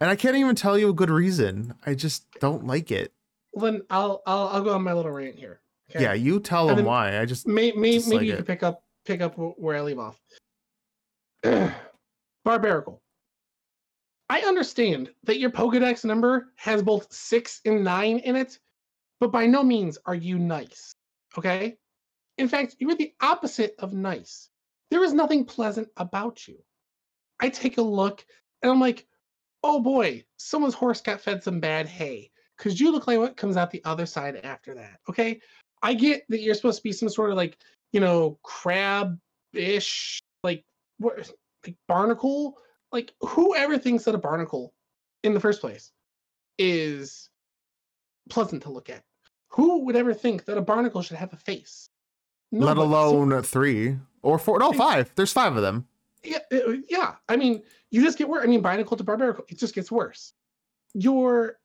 A: And I can't even tell you a good reason. I just don't like it.
B: Well, then I'll I'll I'll go on my little rant here.
A: Yeah, you tell
B: And
A: them
B: then-
A: why. I just
B: May, may,
A: Just
B: maybe
A: like
B: you
A: it.
B: can pick up pick up wh- where I leave off. Barbarical. I understand that your Pokedex number has both six and nine in it, but by no means are you nice. Okay? In fact, you are the opposite of nice. There is nothing pleasant about you. I take a look and I'm like, oh boy, someone's horse got fed some bad hay. Because you look like what comes out the other side after that. Okay? I get that you're supposed to be some sort of like, you know, crab ish, like what like barnacle. Like whoever thinks that a barnacle in the first place is pleasant to look at. Who would ever think that a barnacle should have a face?
A: let
B: Nobody. So-
A: alone three or four. No, five. There's five of them.
B: yeah, uh, yeah. I mean, you just get worse. I mean, binacle to barbarical, it just gets worse. Your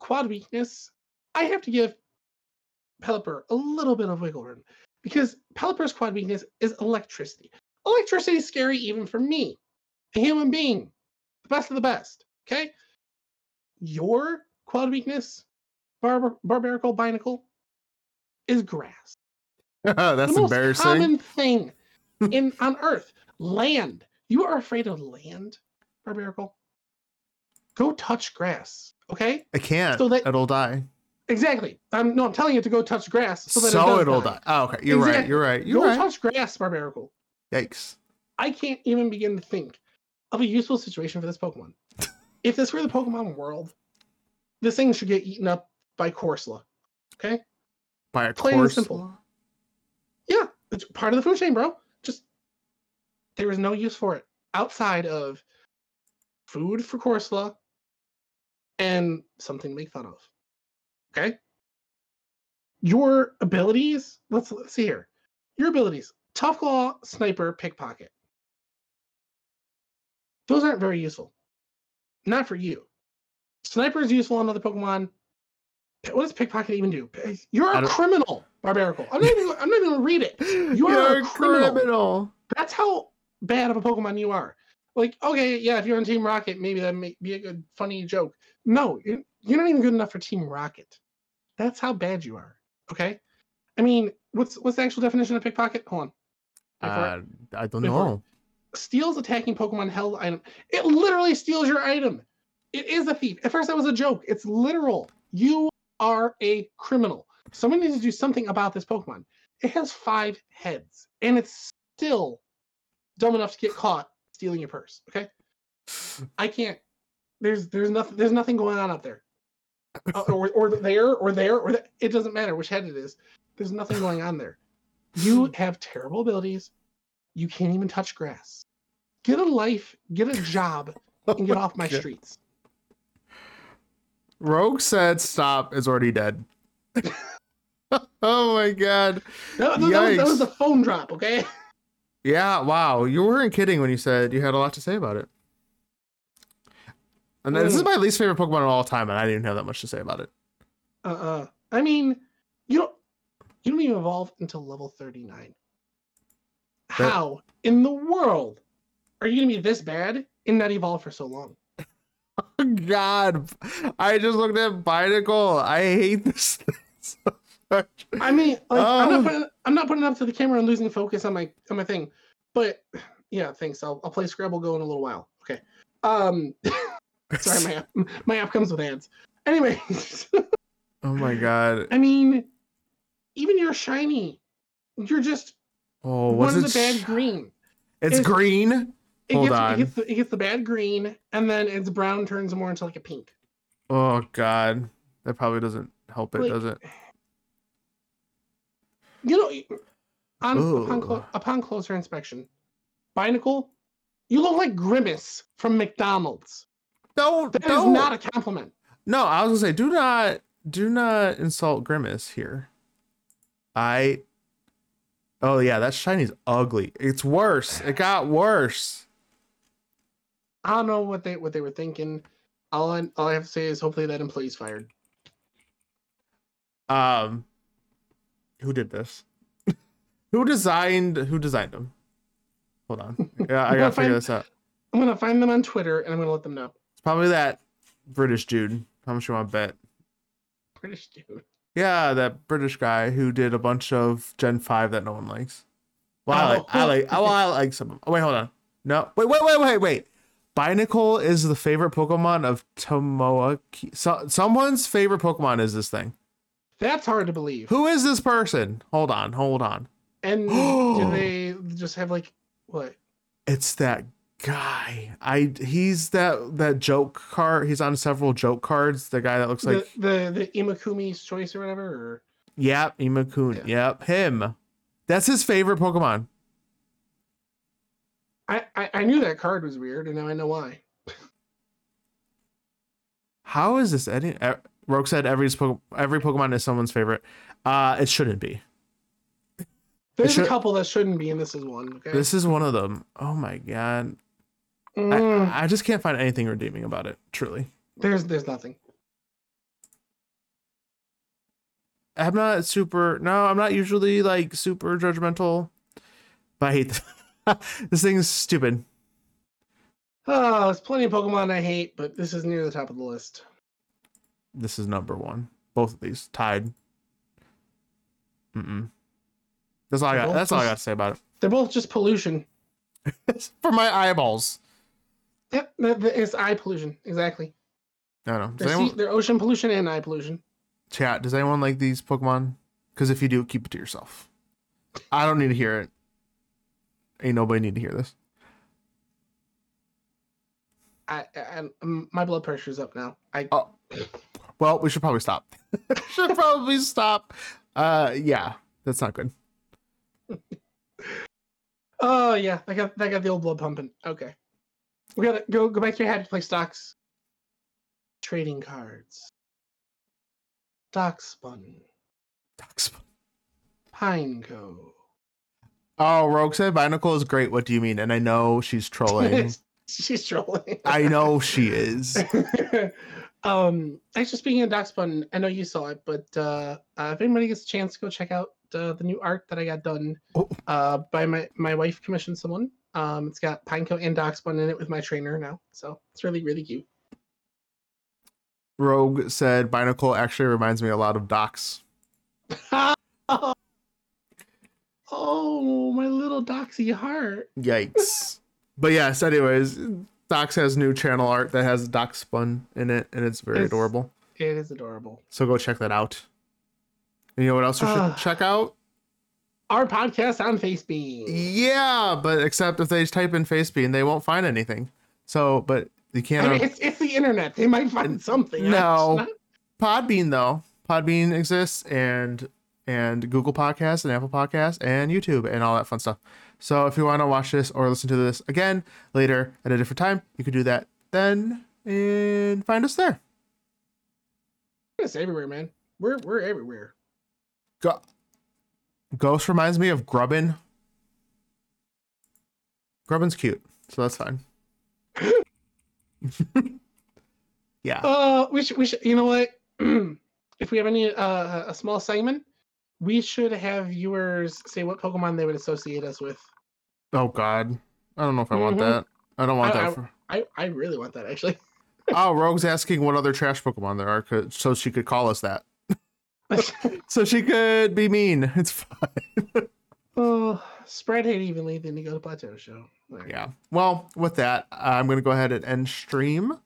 B: quad weakness, I have to give Pelipper a little bit of wiggle room because Pelipper's quad weakness is electricity. Electricity is scary even for me, a human being, the best of the best. Okay, your quad weakness, barbar- barbarical binacle, is grass
A: That's
B: the most
A: embarrassing.
B: common thing in on Earth. Land. You are afraid of land, Barbarical. Go touch grass. Okay.
A: I can't.
B: So that-
A: it'll die.
B: Exactly. I'm no. I'm telling you to go touch grass
A: So,
B: so that it does
A: it'll
B: die.
A: die. Oh, okay. You're right.
B: Exactly.
A: You're right. You're
B: go
A: right.
B: touch grass, Barbarical.
A: Yikes.
B: I can't even begin to think of a useful situation for this Pokemon. if this were the Pokemon world, this thing should get eaten up by Corsola. Okay.
A: By a
B: Plain and
A: course.
B: simple. It's part of the food chain, bro. Just there is no use for it outside of food for Corsola and something to make fun of. Okay. Your abilities. Let's let's see here. Your abilities: tough claw, sniper, pickpocket. Those aren't very useful. Not for you. Sniper is useful on other Pokemon. What does pickpocket even do? You're
A: I
B: a
A: don't-
B: criminal, barbarical. I'm not even. I'm not even gonna read it.
A: You
B: are a
A: a
B: criminal.
A: criminal.
B: That's how bad of a Pokemon you are. Like, okay, yeah, if you're on Team Rocket, maybe that may be a good, funny joke. No, you're, you're not even good enough for Team Rocket. That's how bad you are. Okay, I mean, what's what's the actual definition of pickpocket? Hold on. Wait for it.
A: Uh, I don't
B: Wait for it.
A: know.
B: steals attacking Pokemon held item. It literally steals your item. It is a thief. At first, that was a joke. It's literal. You are a criminal. Someone needs to do something about this Pokemon. It has five heads, and it's still dumb enough to get caught stealing your purse. Okay, I can't. There's there's nothing there's nothing going on up there, Uh, or or there or there or th- it doesn't matter which head it is. There's nothing going on there. You have terrible abilities. You can't even touch grass. Get a life. Get a job. And get off my
A: God.
B: streets.
A: Rogue said stop is already dead. oh my god.
B: That, that- that was, that was
A: Yikes.
B: the phone drop. Okay.
A: Yeah, wow. You weren't kidding when you said you had a lot to say about it. And this
B: Hmm.
A: is my least favorite Pokemon of all time, and I didn't even have that much to say about it.
B: Uh uh I mean, you don't you don't even evolve until level thirty nine.
A: That-
B: How in the world are you gonna be this bad and not evolve for so long?
A: God, I just looked at Binacle. I hate this thing so much.
B: I mean, like, I'm
A: Oh.
B: not putting I'm not putting up to the camera and losing focus on my on my thing. But yeah, thanks. I'll I'll play Scrabble Go in a little while. Okay. Um, sorry, my app, my app comes with ads. Anyway,
A: oh my god.
B: I mean, even your shiny, you're just
A: Oh,
B: one
A: what's
B: of
A: it?
B: the bad
A: sh-
B: green.
A: it's
B: is-
A: green.
B: It
A: Hold
B: gets,
A: on.
B: It gets, the, it gets the bad green, and then its brown turns more into like a pink.
A: Oh god, that probably doesn't help it,
B: Like-
A: does it?
B: You know, on, upon,
A: Ooh.
B: clo- upon closer inspection, Binacle, you look like Grimace from McDonald's.
A: Don't.
B: That is
A: don't.
B: not a compliment.
A: no, I was gonna say, do not, do not insult Grimace here. I. Oh yeah, that shiny's ugly. It's worse. It got worse.
B: I don't know what they what they were thinking. All I, all I have to say is hopefully that employee's fired.
A: Um, who did this? who designed? Who designed them? Hold on. Yeah, I
B: We'll
A: gotta figure
B: find-
A: this out.
B: I'm gonna find them on Twitter and I'm gonna let them know.
A: It's probably that British dude. How much you want to bet?
B: British dude.
A: Yeah, that British guy who did a bunch of Gen Five that no one likes. Well, I like. I like. oh, I like some. of- Oh, wait, hold on. No, wait, wait, wait, wait, wait. Binacle is the favorite Pokemon of Tomoaki. So, someone's favorite Pokemon is this thing.
B: That's hard to believe.
A: Who is this person? Hold on, hold on.
B: And do they just have like what?
A: it's that guy i he's that that joke card he's on several joke cards the guy that looks like
B: the, the the Imakumi's choice or whatever. Or...
A: yep imakun yep him that's his favorite pokemon
B: I, I I knew that card was weird and now I know why.
A: how is this any e- rogue said every Poke- every pokemon is someone's favorite uh it shouldn't be
B: There's
A: should-
B: a couple that shouldn't be and this is one. Okay.
A: this is one of them oh my god
B: Mm,
A: I, I just can't find anything redeeming about it truly
B: There's there's nothing.
A: i'm not super no i'm not usually like super judgmental but i hate this, this thing is stupid
B: Oh, there's plenty of Pokemon I hate, but this is near the top of the list.
A: this is number one. Both of these tied. Mm-mm. That's all I got.
B: Well,
A: That's all I
B: just-
A: got to say about
B: They're both just pollution.
A: it. For my eyeballs.
B: Yep, th- th- it's eye pollution. Exactly.
A: I don't know. Does
B: They're, sea,
A: anyone,
B: they're ocean pollution and eye pollution.
A: chat. Does anyone like these Pokemon? Because if you do, keep it to yourself. I don't need to hear it. Ain't nobody need to hear this.
B: I, I, I'm- m- my blood pressure's up now. I
A: Oh, well, we should probably stop. should probably stop. Uh, yeah, that's not good.
B: oh yeah, I got that got the old blood pumping. Okay, we gotta go go back to your head to play stocks, trading cards, stock spun, pineco.
A: Oh, Rogue said Binacle is great. What do you mean? And I know she's trolling.
B: She's trolling.
A: I know she is.
B: um, actually, speaking of Doc Spun, I know you saw it, but uh, uh, if anybody gets a chance, go check out uh, the new art that I got done
A: Oh.
B: uh, by my my wife commissioned someone. Um, it's got Pineco and Doc Spun in it with my trainer now, so it's really really cute.
A: Rogue said Binacle actually reminds me a lot of Docs.
B: oh, my little Doxy heart!
A: Yikes. but yes, anyways, Docs has new channel art that has Doc Spun in it, and it's very
B: It's-
A: adorable.
B: It is adorable.
A: So go check that out. And you know what else you should
B: Ah.
A: check out?
B: Our podcast on Facebeam.
A: Yeah, but except if they type in Facebean, they won't find anything. So, but you can't.
B: I
A: on
B: mean, it's, it's the internet. They might find something. I'm
A: No.
B: just
A: Podbean though, Podbean exists, and and Google Podcasts and Apple Podcasts and YouTube and all that fun stuff. So if you want to watch this or listen to this again later at a different time, you can do that then and find us there.
B: It's everywhere, man. We're we're everywhere.
A: Go- Ghost reminds me of Grubbin. Grubbin's cute, so that's fine. Yeah.
B: Uh, we should, we should, you know what? if we have any, uh, a small segment, we should have viewers say what Pokemon they would associate us with.
A: Oh God, I don't know if I want
B: Mhm.
A: that. Mm-hmm. I don't want
B: I-
A: that. For...
B: I, I really want that actually.
A: Oh, Rogue's asking what other trash Pokemon there are, 'cause- so she could call us that. So she could be mean. It's fun.
B: oh, spread hate evenly, then you go to Plateau Show. There.
A: Yeah. Well, with that, I'm gonna go ahead and end stream,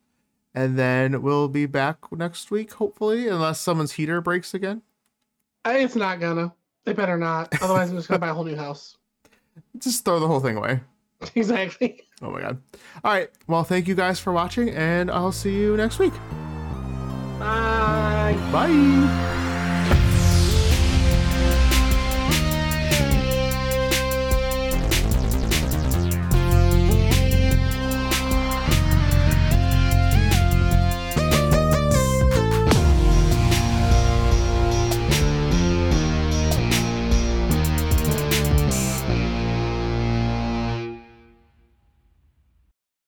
A: and then we'll be back next week, hopefully, unless someone's heater breaks again.
B: I, it's not gonna. They better not. Otherwise, I'm just gonna buy a whole new house.
A: Just throw the whole thing away.
B: exactly.
A: Oh my god. All right. Well, thank you guys for watching, and I'll see you next week.
B: Bye.
A: Bye.